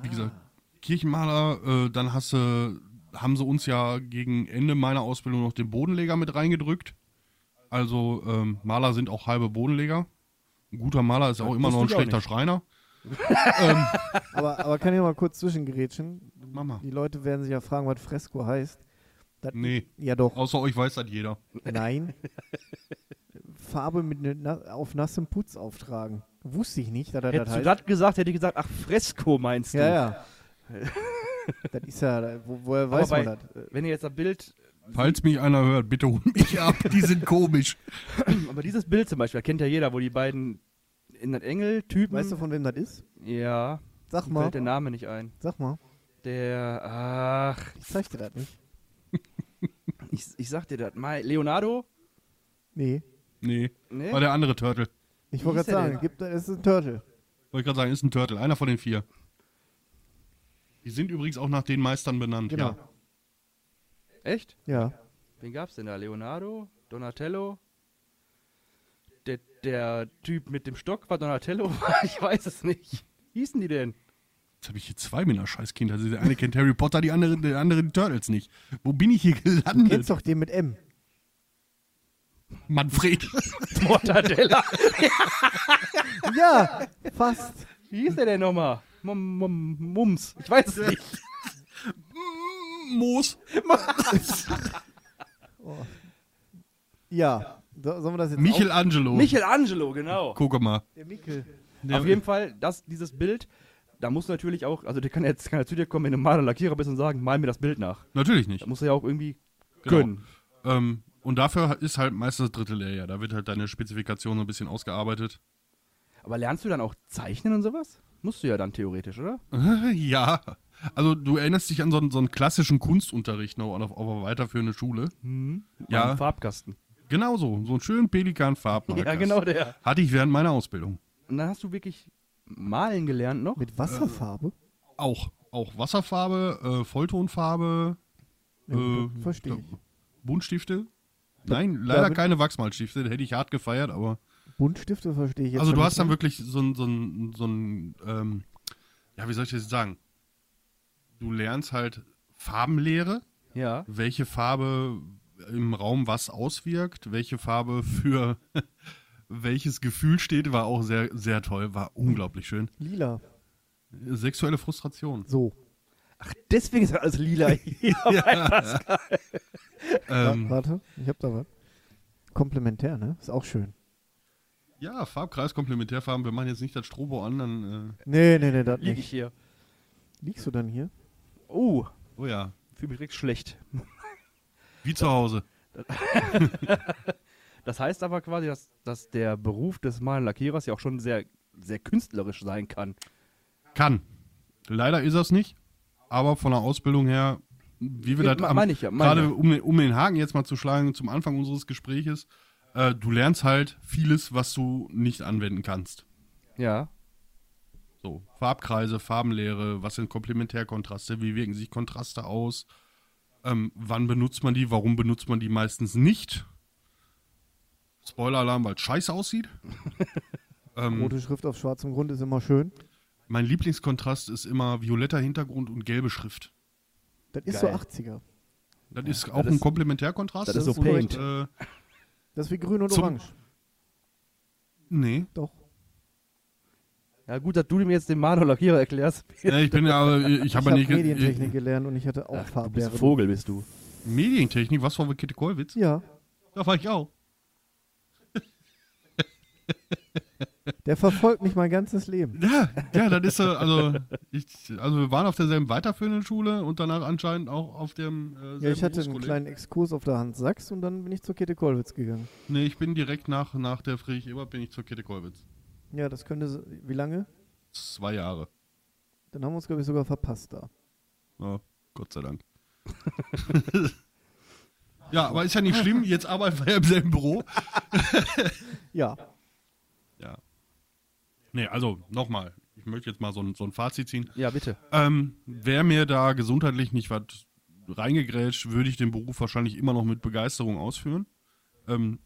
B: Wie gesagt,
A: Ah.
B: Kirchenmaler, äh, dann hast du, haben sie uns ja gegen Ende meiner Ausbildung noch den Bodenleger mit reingedrückt. Also ähm, Maler sind auch halbe Bodenleger. Ein guter Maler ist auch immer noch ein
A: wusste ich auch
B: schlechter Schreiner.
C: Aber, aber kann ich mal kurz zwischengrätschen?
B: Mama.
C: Die Leute werden sich ja fragen, was Fresco heißt. Das-
B: Nee.
C: Ja doch,
B: Außer euch weiß das jeder.
C: nein. Farbe mit ne, na, auf nassem Putz auftragen. Wusste ich nicht, dass er das
A: Hättest du
C: heißt.
A: das gesagt, hätte ich gesagt, ach, Fresko meinst du.
C: ja, ja. das ist ja, wo, woher
A: Aber
C: weiß
A: bei,
C: man das?
A: Äh, wenn ihr jetzt das Bild,
B: Falls mich einer hört, bitte hol mich ab. Die sind komisch.
A: aber dieses Bild zum Beispiel, das kennt ja jeder, wo die beiden in den Engel-Typen.
C: Weißt du, von wem das ist?
A: ja,
C: Sag
A: mir
C: mal,
A: fällt der Name nicht ein.
C: sag mal.
A: Der, ach,
C: Ich zeig dir das nicht.
A: ich, ich sag dir das mal. Leonardo?
C: Nee.
B: Nee,
A: Nee?
B: war der andere Turtle.
C: Ich
A: Wie
C: wollte
A: hieß
C: gerade
A: der
C: sagen,
A: denn?
C: gibt, es ist ein Turtle.
B: Wollte ich gerade sagen, ist ein Turtle. Einer von den vier. Die sind übrigens auch nach den Meistern benannt.
C: Genau.
B: Ja.
A: Echt?
C: Ja.
A: Wen gab's denn da? Leonardo? Donatello? Der, der Typ mit dem Stock war Donatello? ich weiß es nicht. Wie hießen die denn?
B: Jetzt habe ich hier zwei meiner Scheißkind. Also der eine kennt Harry Potter, die andere, der andere die Turtles nicht. Wo bin ich hier
C: Du kennst
B: gelandet?
C: doch den mit M.
B: Manfred.
A: Mortadella.
C: Ja, fast.
A: Wie hieß der denn nochmal? Mum, Mum, Mums. Ich weiß es nicht.
B: Moos.
C: Ja. So, sollen wir das jetzt
B: Michelangelo.
A: Michelangelo, genau.
B: Guck mal.
C: Der Mikkel.
B: Der-
A: Auf jeden Fall, das, dieses Bild, da muss natürlich auch, also der kann jetzt kann er zu dir kommen, wenn du Maler und Lackierer bist und sagen, mal mir das Bild nach.
B: Natürlich nicht.
A: Da muss er ja auch irgendwie
B: Genau.
A: können.
B: Ähm, und dafür ist halt meistens das dritte Lehrjahr. Da wird halt deine Spezifikation so ein bisschen ausgearbeitet.
A: Aber lernst du dann auch zeichnen und sowas? Musst du ja dann theoretisch, oder?
B: ja. Also du erinnerst dich an so einen, so einen klassischen Kunstunterricht noch auf, auf einer weiterführenden Schule. Ja.
A: Am Farbkasten.
B: Genau so. So einen schönen Pelikan-Farbmarker.
A: Ja, genau der.
B: Hatte ich während meiner Ausbildung.
A: Und dann hast du wirklich malen gelernt noch?
C: Mit Wasserfarbe?
B: Auch. Auch Wasserfarbe, äh, Volltonfarbe,
C: Ja, gut,
B: äh,
C: Verstehe
B: ich
C: ich.
B: glaub- Buntstifte. Nein, leider
C: mit-
B: keine Wachsmalstifte. Hätte ich hart gefeiert, aber
C: Buntstifte verstehe ich jetzt.
B: Also du
C: schon
B: hast dann
C: nicht.
B: wirklich so ein, so ein, so ein ähm, ja, wie soll ich das sagen? Du lernst halt Farbenlehre,
A: Ja.
B: welche Farbe im Raum was auswirkt, welche Farbe für welches Gefühl steht, war auch sehr, sehr toll, war unglaublich schön.
C: Lila.
B: Sexuelle Frustration.
C: So.
A: Deswegen ist alles lila hier.
C: Wa-
B: Ähm,
C: Warte, ich hab da was. Komplementär, ne? Ist auch schön.
B: ja, Farbkreis, Komplementärfarben. Wir machen jetzt nicht das Strobo an, dann. Äh,
C: Nee, nee, nee, das
A: Lieg
C: nicht.
A: ich hier.
C: Liegst du dann hier?
A: Oh,
B: oh ja,
A: fühle mich direkt schlecht.
B: wie zu Hause.
A: Das heißt aber quasi, dass, dass der Beruf des Malen Lackierers ja auch schon sehr, sehr künstlerisch sein kann.
B: Kann. Leider ist das nicht, aber von der Ausbildung her, wie wir
A: Ja,
B: das
A: me-
B: am-
A: meine ich ja, meine
B: gerade
A: ja.
B: um, den- um den Haken jetzt mal zu schlagen zum Anfang unseres Gespräches, äh, du lernst halt vieles, was du nicht anwenden kannst.
A: Ja.
B: So, Farbkreise, Farbenlehre, was sind Komplementärkontraste, wie wirken sich Kontraste aus, ähm, wann benutzt man die, warum benutzt man die meistens nicht. Spoiler-Alarm, weil es scheiße aussieht. ähm,
C: Rote Schrift auf schwarzem Grund ist immer schön.
B: mein Lieblingskontrast ist immer violetter Hintergrund und gelbe Schrift.
C: Das ist
A: Geil.
C: so 80er.
B: Das ist auch
A: das
B: ein
A: ist-
B: Komplementärkontrast.
A: das ist so
B: korrekt.
A: Paint.
B: Äh,
C: Das ist wie grün und
B: Zum-
C: orange.
B: nee.
C: Doch.
A: Ja, gut, dass du mir jetzt den Maler Lackierer erklärst.
B: Ja, ich bin ja, äh, ich
C: Ich
B: habe
C: habe
B: ja nicht. ge-
C: Medientechnik gelernt und ich hatte auch
A: du bist ein
C: Farblehre.
A: Vogel, bist du.
B: Äh, Medientechnik, was war mit Kitty Kollwitz?
C: Ja,
B: Da war ich auch.
C: der verfolgt mich mein ganzes Leben.
B: Ja, ja, das ist so, also, ich, also wir waren auf derselben weiterführenden Schule und danach anscheinend auch auf dem. Äh,
C: Ja,
B: selben
C: ich hatte einen
B: Berufskolleg.
C: kleinen Exkurs auf der Hans Sachs und dann bin ich zur Käthe Kollwitz gegangen.
B: Nee, ich bin direkt nach, nach der Friedrich Ebert bin ich zur Kitty Kollwitz.
C: Ja, das könnte. s- Wie lange?
B: Zwei Jahre.
C: Dann haben wir uns, glaube ich, sogar verpasst da.
B: Ja, Gott sei Dank. ja, aber ist ja nicht schlimm. Jetzt arbeiten wir ja im selben Büro.
C: Ja,
B: Ja. Nee, also nochmal. Ich möchte jetzt mal so ein, so ein Fazit ziehen.
A: Ja, bitte.
B: Ähm, Wäre mir da gesundheitlich nicht was reingegrätscht, würde ich den Beruf wahrscheinlich immer noch mit Begeisterung ausführen. Ähm,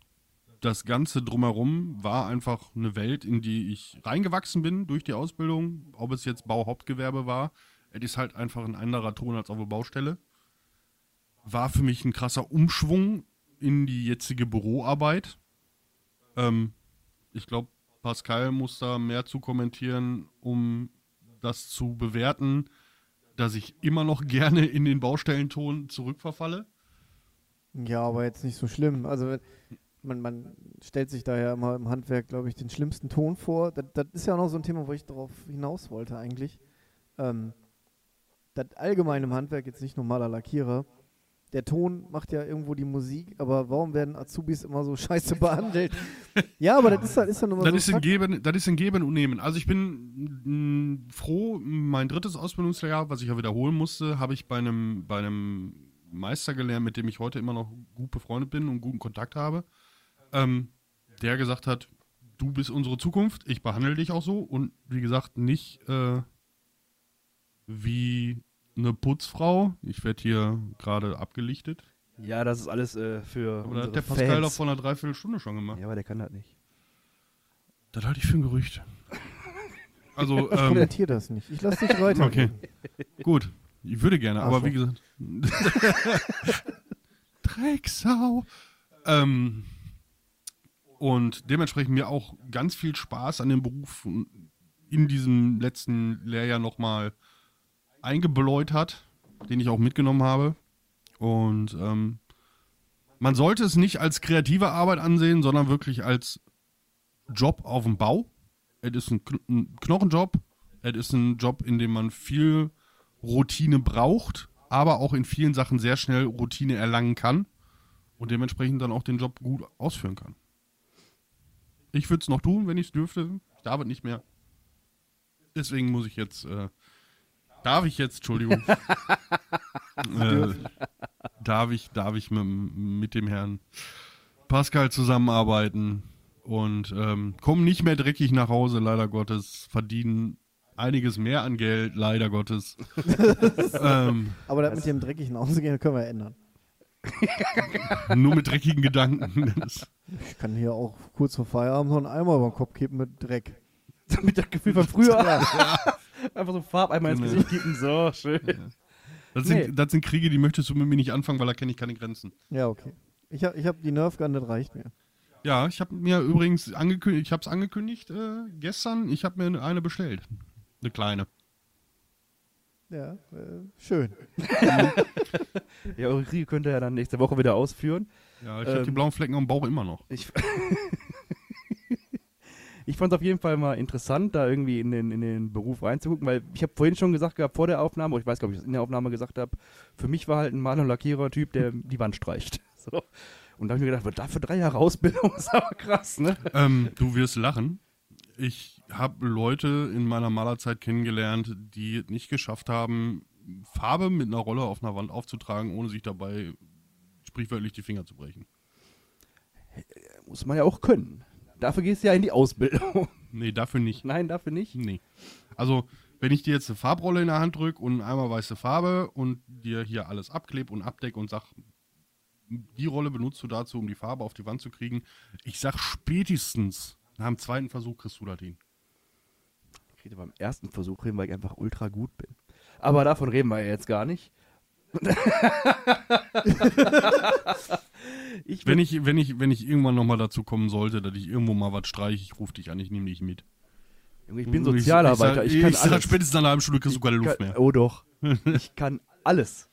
B: das Ganze drumherum war einfach eine Welt, in die ich reingewachsen bin durch die Ausbildung. Ob es jetzt Bauhauptgewerbe war, es ist halt einfach ein anderer Ton als auf der Baustelle. War für mich ein krasser Umschwung in die jetzige Büroarbeit. Ähm, ich glaube, Pascal muss da mehr zu kommentieren, um das zu bewerten, dass ich immer noch gerne in den Baustellenton zurückverfalle.
C: Ja, aber jetzt nicht so schlimm. Also wenn- man, man stellt sich da ja immer im Handwerk, glaube ich, den schlimmsten Ton vor. Das, das ist ja auch noch so ein Thema, wo ich darauf hinaus wollte eigentlich. Ähm, das allgemeine im Handwerk, jetzt nicht nur Maler, Lackierer, der Ton macht ja irgendwo die Musik, aber warum werden Azubis immer so scheiße behandelt? ja, aber das ist halt, ist dann immer
B: Das
C: so
B: ist,
C: ein
B: ein
C: Fakt.
B: Geben, das ist ein Geben und Nehmen. Also ich bin mh, froh, mein drittes Ausbildungsjahr, was ich ja wiederholen musste, habe ich bei einem, bei einem Meister gelernt, mit dem ich heute immer noch gut befreundet bin und guten Kontakt habe, ähm, der gesagt hat, du bist unsere Zukunft, ich behandle dich auch so und wie gesagt, nicht äh, wie eine Putzfrau. Ich werde hier gerade abgelichtet.
A: Ja, das ist alles äh, für.
B: Aber da
A: unsere
B: hat der Pascal doch
A: Fans.
B: vor einer Dreiviertelstunde schon gemacht.
A: Ja, aber der kann das nicht.
B: Das halte ich für ein Gerücht. Also,
C: Ich
B: ähm,
C: kommentiere das nicht. Ich lasse dich weiter.
B: okay. Gut. Ich würde gerne,
C: Ach
B: aber
C: so.
B: wie gesagt. Drecksau. Ähm, und dementsprechend mir auch ganz viel Spaß an dem Beruf in diesem letzten Lehrjahr nochmal eingebläut hat, den ich auch mitgenommen habe. Und ähm, man sollte es nicht als kreative Arbeit ansehen, sondern wirklich als Job auf dem Bau. es ist ein, Kn ein Knochenjob, es ist ein Job, in dem man viel Routine braucht, aber auch in vielen Sachen sehr schnell Routine erlangen kann und dementsprechend dann auch den Job gut ausführen kann. Ich würde es noch tun, wenn ich es dürfte. Ich arbeite nicht mehr. Deswegen muss ich jetzt, äh, darf ich jetzt, Entschuldigung, äh, darf ich, darf ich mit, mit dem Herrn Pascal zusammenarbeiten und ähm, kommen nicht mehr dreckig nach Hause, leider Gottes, verdienen einiges mehr an Geld, leider Gottes. ähm,
C: Aber das mit dem dreckigen Ausgehen können wir ändern.
B: nur mit dreckigen Gedanken. Das,
C: Ich kann hier auch kurz vor Feierabend noch einen Eimer über den Kopf kippen mit Dreck.
A: Mit dem Gefühl von früher.
C: Ja.
A: Einfach so Farb einmal ins
B: Nee.
A: Gesicht geben. So, schön.
B: das, sind,
A: Nee.
B: das sind Kriege, die möchtest du mit mir nicht anfangen, weil da kenne ich keine Grenzen.
C: Ja, okay. Ich habe ich hab die Nerf Gun, das reicht mir.
B: Ja, ich habe mir übrigens angekündigt, ich habe es angekündigt äh, gestern, ich habe mir eine bestellt. Eine kleine.
C: Ja, äh, schön.
A: Ja, eure Kriege könnt ihr ja dann nächste Woche wieder ausführen.
B: Ja, ich hab habe
A: Ähm.
B: die blauen Flecken am Bauch immer noch.
A: Ich, ich fand es auf jeden Fall mal interessant, da irgendwie in den, in den Beruf reinzugucken, weil ich habe vorhin schon gesagt gehabt, vor der Aufnahme, oder ich weiß gar nicht, ob ich das in der Aufnahme gesagt habe, für mich war halt ein Maler- und Lackierer-Typ, der die Wand streicht. So. Und da habe ich mir gedacht, was da für drei Jahre Ausbildung ist aber krass, ne?
B: ähm, du wirst lachen. Ich habe Leute in meiner Malerzeit kennengelernt, die es nicht geschafft haben, Farbe mit einer Rolle auf einer Wand aufzutragen, ohne sich dabei sprichwörtlich die Finger zu brechen.
A: Muss man ja auch können. Dafür gehst du ja in die Ausbildung.
B: Nee, dafür nicht.
A: Nein, dafür nicht.
B: Nee. Also, wenn ich dir jetzt eine Farbrolle in der Hand drücke und einmal weiße Farbe und dir hier alles abkleb und abdeck und sag, die Rolle benutzt du dazu, um die Farbe auf die Wand zu kriegen, ich sag spätestens nach dem zweiten Versuch kriegst du das hin.
A: Ich kriege beim ersten Versuch hin, weil ich einfach ultra gut bin. Aber davon reden wir ja jetzt gar nicht. ich bin
B: Wenn ich, wenn ich, wenn ich irgendwann nochmal dazu kommen sollte, dass ich irgendwo mal was streiche, ich rufe dich an, ich nehme dich mit.
A: Junge, Ich bin Sozialarbeiter, ich,
B: sag-
A: kann
B: ich sag,
A: alles.
B: spätestens nach einer halben Stunde kriegst du keine Luft
A: kann,
B: mehr.
A: Oh doch, ich kann alles.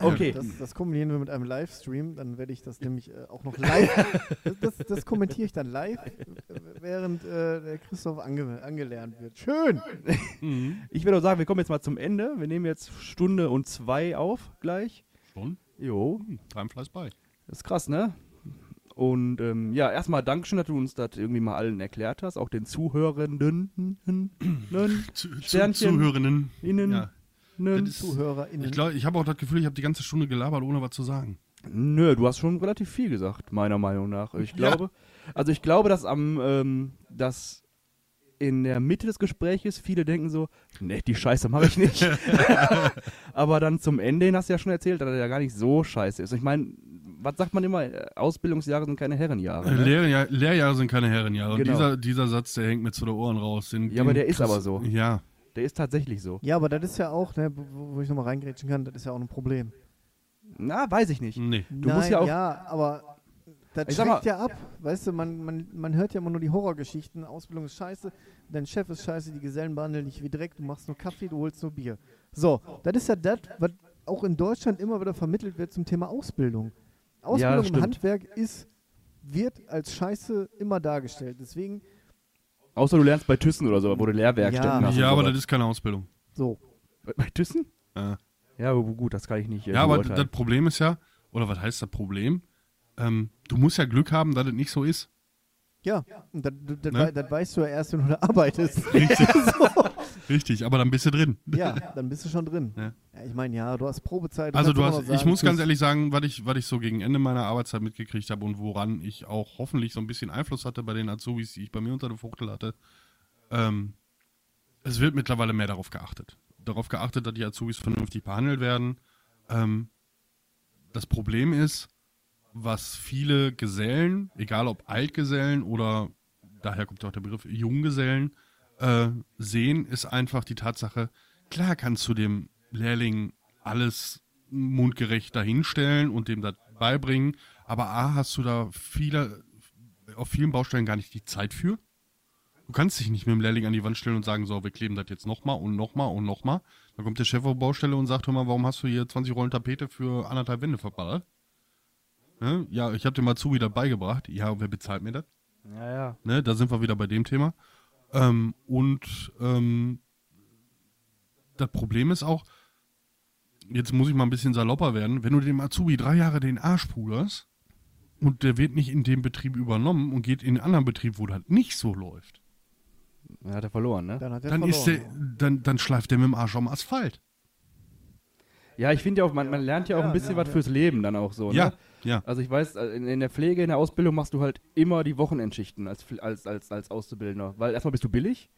A: Okay,
C: Also Das, das kombinieren wir mit einem Livestream, dann werde ich das nämlich äh, auch noch live. das, das, das kommentiere ich dann live, äh, während äh, der Christoph ange angelernt wird. Schön!
B: Mhm.
A: ich würde auch sagen, wir kommen jetzt mal zum Ende. Wir nehmen jetzt Stunde und zwei auf gleich.
B: Schon?
A: Jo,
B: Hm, Time flies by.
A: Das ist krass, ne? Und ähm, ja, erstmal Dankeschön, dass du uns das irgendwie mal allen erklärt hast, auch den Zuhörenden, innen,
B: Zu, zu,
A: Sternchen. Mhm.
B: Zuhörenden. Ja. Das ist-
C: ZuhörerInnen.
B: Ich glaube, ich habe auch das Gefühl, ich habe die ganze Stunde gelabert, ohne was zu sagen.
A: Nö, du hast schon relativ viel gesagt, meiner Meinung nach. Ich
B: Ja.
A: glaube, also ich glaube, dass am, ähm, dass in der Mitte des Gespräches viele denken so, ne, die Scheiße mache ich nicht. Aber dann zum Ende hin hast du ja schon erzählt, dass er ja gar nicht so scheiße ist. Und ich meine, was sagt man immer? Ausbildungsjahre sind keine Herrenjahre. Ne?
B: Lehrjahr, Lehrjahre sind keine Herrenjahre.
A: Genau.
B: Und dieser, dieser Satz, der hängt mir zu den Ohren raus. Den,
A: Ja, aber
B: den
A: der ist
B: kriegst-
A: aber so.
B: Ja.
A: Der ist tatsächlich so.
C: Ja, aber das ist ja auch, ne, wo, wo ich nochmal reingrätschen kann, das ist ja auch ein Problem.
A: Na, weiß ich nicht.
B: Nee.
A: Du musst ja auch-
C: Ja, aber das
A: Ich sag mal-
C: schreckt ja ab. Weißt du, man, man, man hört ja immer nur die Horrorgeschichten. Ausbildung ist scheiße, dein Chef ist scheiße, die Gesellen behandeln dich wie Dreck, du machst nur Kaffee, du holst nur Bier. So, das ist ja das, was auch in Deutschland immer wieder vermittelt wird zum Thema Ausbildung.
A: Ja,
C: Ausbildung im
A: stimmt.
C: Handwerk ist, wird als scheiße immer dargestellt. Deswegen,
A: Außer du lernst bei Thyssen oder so, wo du Lehrwerkstätten
C: Ja,
A: hast. und
B: Ja, aber
A: sowas.
B: das ist keine Ausbildung.
C: so,
A: Bei Thyssen?
B: Ja,
A: Ja, aber gut, das kann ich nicht. äh,
B: ja aber
A: beurteilen.
B: das Problem ist ja, oder was heißt das Problem? Ähm, du musst ja Glück haben, dass es nicht so ist.
C: ja. Und das, das, das,
B: Ne?
C: wei- das weißt du ja erst, wenn du da arbeitest.
B: Richtig. Richtig, aber dann bist du drin.
C: ja, dann bist du schon drin.
B: Ne?
C: Ja, ich meine, ja, du hast Probezeit.
B: Also
C: kannst
B: du
C: immer
B: hast,
C: noch
B: ich
C: sagen,
B: muss ganz
C: tschüss.
B: ehrlich sagen, was ich, was ich so gegen Ende meiner Arbeitszeit mitgekriegt habe und woran ich auch hoffentlich so ein bisschen Einfluss hatte bei den Azubis, die ich bei mir unter der Fuchtel hatte, ähm, es wird mittlerweile mehr darauf geachtet. Darauf geachtet, dass die Azubis vernünftig behandelt werden. Ähm, das Problem ist, was viele Gesellen, egal ob Altgesellen oder daher kommt ja auch der Begriff Junggesellen, äh, sehen, ist einfach die Tatsache, klar kannst du dem Lehrling alles mundgerecht dahinstellen und dem das beibringen, aber A, hast du da viele, auf vielen Baustellen gar nicht die Zeit für. Du kannst dich nicht mit dem Lehrling an die Wand stellen und sagen, so, wir kleben das jetzt nochmal und nochmal und nochmal. Dann kommt der Chef auf die Baustelle und sagt, hör mal, warum hast du hier 20 Rollen Tapete für anderthalb Wände verballert? Ne? Ja, ich habe dir mal zu wieder beigebracht. Ja, wer bezahlt mir das?
A: Ja, ja.
B: Ne, da sind wir wieder bei dem Thema. Ähm, und ähm, das Problem ist auch, jetzt muss ich mal ein bisschen salopper werden, wenn du dem Azubi drei Jahre den Arsch puderst und der wird nicht in dem Betrieb übernommen und geht in einen anderen Betrieb, wo das nicht so läuft,
A: Dann hat er verloren, ne?
C: Dann hat er
B: dann,
C: verloren.
B: ist der, dann, dann schleift der mit dem Arsch am Asphalt.
A: Ja, ich finde ja auch, man, man lernt ja auch
C: Ja,
A: ein bisschen
C: ja,
A: was fürs Leben dann auch so,
B: Ja,
A: ne?
B: ja.
A: Also ich weiß, äh, in, in der Pflege, in der Ausbildung machst du halt immer die Wochenendschichten als, Pfl- als, als, als Auszubildender. Weil erstmal bist du billig,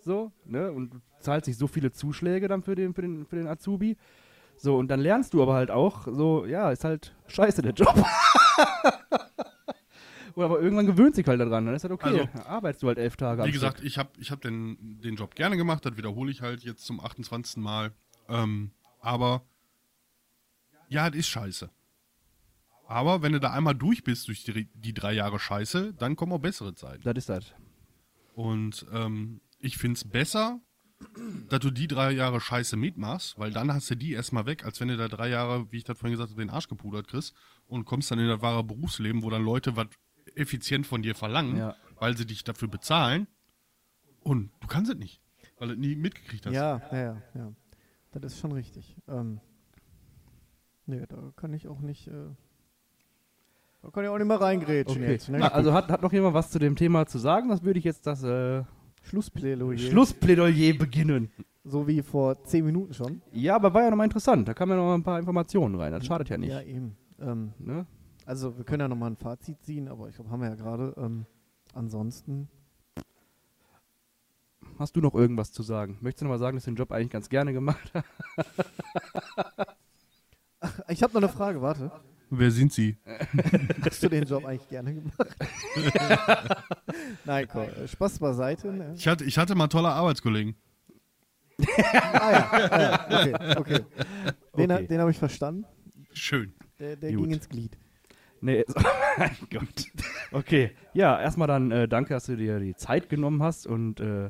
A: so, ne? Und du zahlst nicht so viele Zuschläge dann für den, für den, für den Azubi. So, und dann lernst du aber halt auch, so, ja, ist halt scheiße der Job. Oder aber irgendwann gewöhnt sich halt daran, dann ist halt okay.
B: Also,
A: dann arbeitest du halt elf Tage am
B: Wie
A: Stück.
B: gesagt, ich habe ich hab den, den Job gerne gemacht, das wiederhole ich halt jetzt zum 28. Mal. Ähm, aber ja, es ist scheiße. Aber wenn du da einmal durch bist durch die, die drei Jahre Scheiße, dann kommen auch bessere Zeiten.
A: Das ist das.
B: Und ähm, ich finde es besser, dass du die drei Jahre Scheiße mitmachst, weil dann hast du die erstmal weg, als wenn du da drei Jahre, wie ich das vorhin gesagt habe, den Arsch gepudert kriegst und kommst dann in das wahre Berufsleben, wo dann Leute was effizient von dir verlangen,
A: Ja.
B: weil sie dich dafür bezahlen und du kannst es nicht, weil du es nie mitgekriegt hast.
C: ja, ja, ja, ja. Das ist schon richtig. Ähm, nee, da kann ich auch nicht. Äh, da kann ich auch nicht mehr reingrätschen
A: Okay.
C: jetzt. Ne?
A: Na, also hat, hat noch jemand was zu dem Thema zu sagen? Das würde ich jetzt das äh,
C: Schlussplädoyer.
A: Schlussplädoyer beginnen.
C: So wie vor zehn Minuten schon.
A: Ja, aber war ja noch mal interessant. Da kamen ja noch mal ein paar Informationen rein. Das schadet ja nicht.
C: Hm. Ja, eben. Ähm,
A: Ne?
C: also, wir können ja nochmal ein Fazit ziehen, aber ich glaube, haben wir ja gerade. Ähm, ansonsten.
A: Hast du noch irgendwas zu sagen? Möchtest du noch mal sagen, dass du den Job eigentlich ganz gerne gemacht hast?
C: Ich habe noch eine Frage, warte.
B: Wer sind sie?
C: Hast du den Job eigentlich gerne gemacht? Nein, komm, äh, Spaß beiseite. Ne?
B: Ich hatte, ich hatte mal tolle Arbeitskollegen.
C: Ah ja, ah, ja. okay, okay. Den,
A: Okay.
C: okay. den habe ich verstanden.
B: Schön.
C: Der, der
A: Gut.
C: ging ins Glied.
A: Nee, so- mein Gott. Okay, ja, erstmal dann äh, danke, dass du dir die Zeit genommen hast und äh,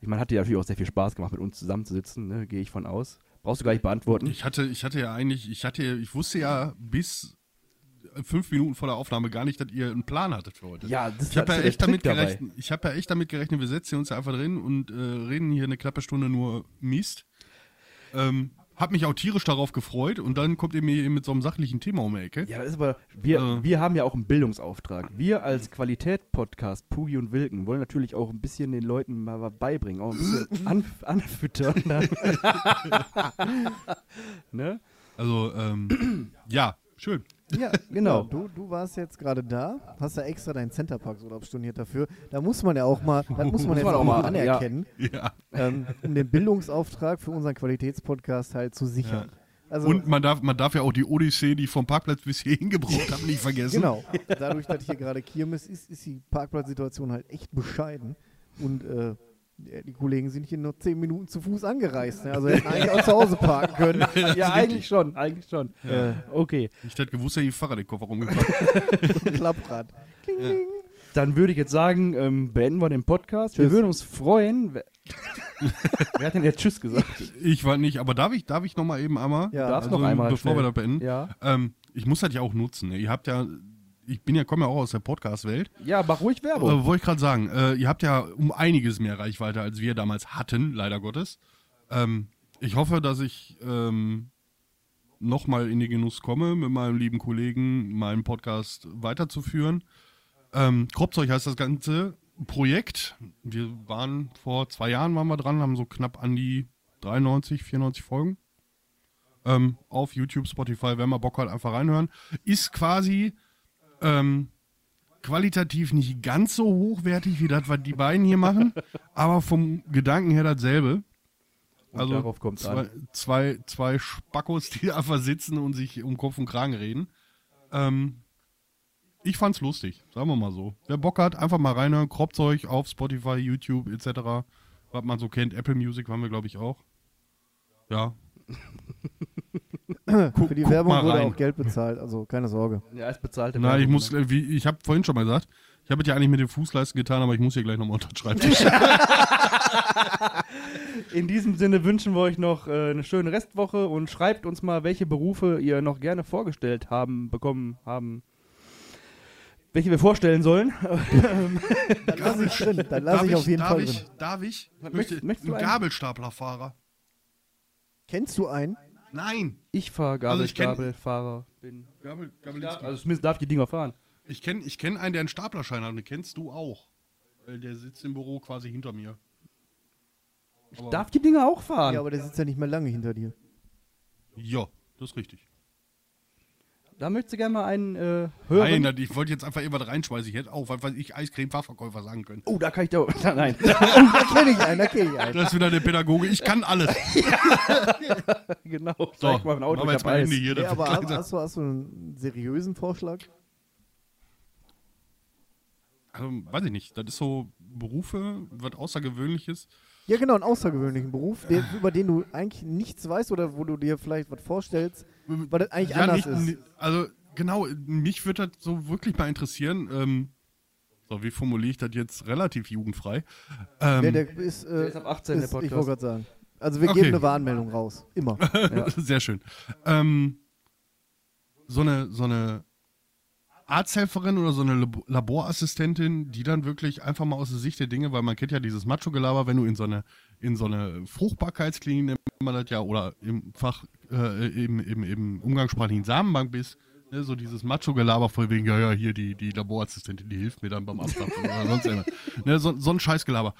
A: ich meine, hat dir natürlich auch sehr viel Spaß gemacht, mit uns zusammenzusitzen, ne? gehe ich von aus. Brauchst du gar nicht beantworten.
B: Ich hatte, ich hatte ja eigentlich, ich hatte, ich wusste ja bis fünf Minuten vor der Aufnahme gar nicht, dass ihr einen Plan hattet für heute.
A: Ja, das
B: Ich habe
A: das
B: ja,
A: der
B: echt damit
A: Trick dabei.
B: gerechnet- ich hab ja echt damit gerechnet, wir setzen uns einfach drin und äh, reden hier eine knappe Stunde nur Mist. Ähm, hab mich auch tierisch darauf gefreut und dann kommt ihr mir hier mit so einem sachlichen Thema um die Ecke.
A: Ja, das ist aber, wir,
B: Äh.
A: wir haben ja auch einen Bildungsauftrag. Wir als Qualität-Podcast, Pugi und Wilken, wollen natürlich auch ein bisschen den Leuten mal was beibringen, auch ein bisschen anf anfüttern. dann. ne?
B: Also, ähm, ja, schön.
C: Ja,
A: genau.
C: Ja, du, du warst jetzt gerade da, hast ja extra deinen Centerparks-Urlaub storniert dafür. Da muss man ja auch mal, das muss man
A: Muss
C: jetzt
A: man
C: auch
A: auch
C: mal
A: mal, ja.
C: anerkennen,
B: Ja.
C: ähm, um den Bildungsauftrag für unseren Qualitätspodcast halt zu sichern. Also,
B: Und man darf, man darf ja auch die Odyssee, die ich vom Parkplatz bis hierhin gebraucht habe, nicht vergessen.
C: genau, dadurch, dass hier gerade Kirmes ist, ist die Parkplatzsituation halt echt bescheiden. Und äh, die Kollegen sind hier nur zehn Minuten zu Fuß angereist. Ne? Also hätten eigentlich auch zu Hause parken können.
A: Ja, eigentlich schon, eigentlich schon.
C: Äh,
A: Okay,
B: Ich hätte gewusst, dass ich Fahrrad den Koffer rumgebracht
C: Klapprad. Kling, kling.
A: dann würde ich jetzt sagen, ähm, beenden wir den Podcast. Wir
C: Tschüss.
A: würden uns freuen. Wer, wer hat denn jetzt Tschüss gesagt?
B: Ich war nicht, aber darf ich, darf ich nochmal eben einmal?
C: Ja.
A: Du darfst
B: Also,
A: noch einmal.
B: bevor wir
A: schnell.
B: das beenden.
A: Ja.
B: Ähm, ich muss das ja auch nutzen. ne? Ihr habt ja, ich bin ja, komme ja auch aus der Podcast-Welt.
A: ja, mach ruhig Werbung.
B: Äh, Wollte ich gerade sagen, äh, ihr habt ja um einiges mehr Reichweite, als wir damals hatten, leider Gottes. Ähm, ich hoffe, dass ich ähm, nochmal in den Genuss komme, mit meinem lieben Kollegen meinen Podcast weiterzuführen. Ähm, Kropzeug heißt das ganze Projekt. Wir waren vor zwei Jahren waren wir dran, haben so knapp an die 93, 94 Folgen. Ähm, auf YouTube, Spotify, wenn man Bock hat, einfach reinhören. Ist quasi ähm, qualitativ nicht ganz so hochwertig wie das, was die beiden hier machen, aber vom Gedanken her dasselbe. Also
A: Und darauf kommt's
B: zwei,
A: an.
B: zwei, zwei Spackos, die einfach sitzen und sich um Kopf und Kragen reden. Ähm, ich fand's lustig, sagen wir mal so. Wer Bock hat, einfach mal reinhören. Kropzeug auf Spotify, YouTube etc. Was man so kennt. Apple Music waren wir, glaube ich, auch. Ja.
C: Für die
B: guck
C: Werbung
B: mal
C: wurde
B: rein.
C: auch Geld bezahlt, also keine Sorge.
A: Ja, es bezahlte
B: Na, ich
A: Werbung,
B: muss,
A: ne?
B: äh, wie, ich habe vorhin schon mal gesagt, ich habe es ja eigentlich mit den Fußleisten getan, aber ich muss hier gleich nochmal unterschreiben.
A: In diesem Sinne wünschen wir euch noch äh, eine schöne Restwoche und schreibt uns mal, welche Berufe ihr noch gerne vorgestellt haben, bekommen haben. welche wir vorstellen sollen. Äh,
C: Dann lasse ich drin. Dann lasse ich auf jeden
B: darf
C: Fall
B: ich,
C: drin.
B: Darf ich?
A: Was
B: Möchte,
A: möchtest- möchtest du
B: ein
A: einen?
B: Gabelstaplerfahrer.
C: Kennst du einen?
B: Nein.
A: Ich fahre
B: Also ich kenn-
A: Gabelstapelfahrer. bin.
B: Gabel,
A: Also zumindest darf ich die Dinger fahren.
B: Ich kenne ich kenn einen, der einen Staplerschein hat und den kennst du auch. Weil der sitzt im Büro quasi hinter mir. Aber-
A: Darf die Dinger auch fahren?
C: Ja, aber der sitzt ja nicht mehr lange hinter dir.
B: Ja, das ist richtig.
A: da möchtest du gerne mal einen äh, hören.
B: Nein, das- ich wollte jetzt einfach irgendwas reinschmeißen. Ich hätte auch, weil, weil ich Eiscreme-Fachverkäufer sagen können.
A: oh, da kann ich da. Nein.
C: Da kenne ich einen, da kenne ich einen.
B: Das ist wieder der Pädagoge. Ich kann alles.
A: genau.
B: So,
A: Zeig mal ein Auto,
B: machen
A: ich
B: wir jetzt
A: hab
B: mal
A: Eis.
B: Ende hier.
C: Nee,
B: das
C: aber
B: wird
C: hast,
B: langsam.
C: hast, du, hast du einen seriösen Vorschlag?
B: also, weiß ich nicht. Das ist so Berufe, was Außergewöhnliches.
C: Ja, genau, einen außergewöhnlichen Beruf, der, über den du eigentlich nichts weißt oder wo du dir vielleicht was vorstellst, weil das eigentlich anders ist.
B: Also, genau, mich würde das so wirklich mal interessieren. Ähm, so, wie formuliere ich das jetzt relativ jugendfrei? Ähm,
C: Ja, der ist, äh,
A: Der ist ab 18, der
C: ist- Ich
A: Podcast.
C: wollte gerade sagen. Also wir
B: Okay.
C: geben eine Warnmeldung raus. Immer.
A: Ja.
B: Sehr schön. Ähm, so eine, so eine Arzthelferin oder so eine Labo- Laborassistentin, die dann wirklich einfach mal aus der Sicht der Dinge, weil man kennt ja dieses Macho-Gelaber, wenn du in so eine, in so eine Fruchtbarkeitsklinik, nennt man das ja, oder im Fach, äh, im, im, im umgangssprachlichen Samenbank bist, ne, so dieses Macho-Gelaber von wegen, ja, ja, hier die, die Laborassistentin, die hilft mir dann beim Abtapfen oder sonst irgendwas. Ne, so, so ein Scheißgelaber.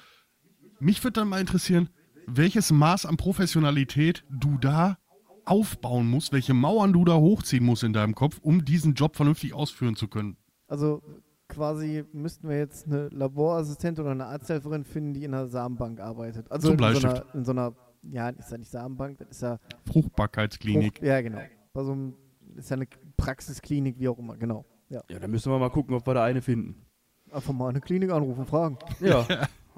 B: Mich würde dann mal interessieren, welches Maß an Professionalität du da aufbauen musst, welche Mauern du da hochziehen musst in deinem Kopf, um diesen Job vernünftig ausführen zu können.
C: Also quasi müssten wir jetzt eine Laborassistentin oder eine Arzthelferin finden, die in einer Samenbank arbeitet. Also
B: Zum
C: in, so
B: Bleistift.
C: einer, in so einer, ja, ist ja nicht Samenbank, das ist ja
B: Fruchtbarkeitsklinik.
C: Frucht- Ja, genau. Bei so einem, ist ja eine Praxisklinik, wie auch immer, genau. Ja.
A: ja, dann müssen wir mal gucken, ob wir da eine finden.
C: Einfach mal eine Klinik anrufen, fragen.
A: Ja.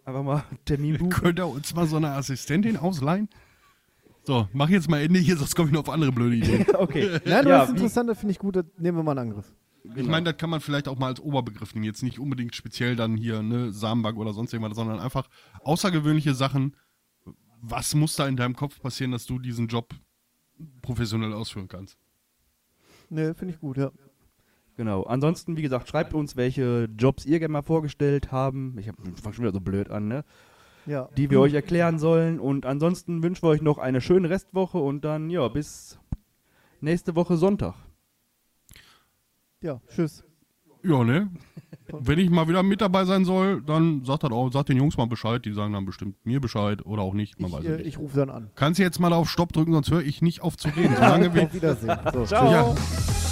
A: Einfach mal Termin buchen.
B: Oh, Könnt ihr uns mal so eine Assistentin ausleihen? So, mach jetzt mal Ende hier, sonst komme ich noch auf andere blöde Ideen.
A: Okay.
C: Nein, du
A: Ja,
C: hast
A: wie-
C: interessant, das finde ich gut, das nehmen wir mal in Angriff.
B: Ich meine, das kann man vielleicht auch mal als Oberbegriff nehmen. Jetzt nicht unbedingt speziell dann hier, ne, Samenbank oder sonst irgendwas, sondern einfach außergewöhnliche Sachen. Was muss da in deinem Kopf passieren, dass du diesen Job professionell ausführen kannst?
C: Ne, finde ich gut, ja.
A: Genau. Ansonsten, wie gesagt, schreibt uns, welche Jobs ihr gerne mal vorgestellt haben. Ich, hab- ich fang schon wieder so blöd an, ne?
C: Ja,
A: Die wir euch erklären sollen. Und ansonsten wünschen wir euch noch eine schöne Restwoche und dann, ja, bis nächste Woche Sonntag.
C: ja, tschüss.
B: Ja, ne? Wenn ich mal wieder mit dabei sein soll, dann sagt das auch, sagt den Jungs mal Bescheid, die sagen dann bestimmt mir Bescheid oder auch nicht, man
C: Ich,
B: weiß
C: äh,
B: es also nicht.
C: ich rufe dann an.
B: Kannst du jetzt mal auf Stopp drücken, sonst höre ich nicht auf zu reden. Solange wir
C: Auf Wiedersehen. So,
A: Ciao.
B: Ja.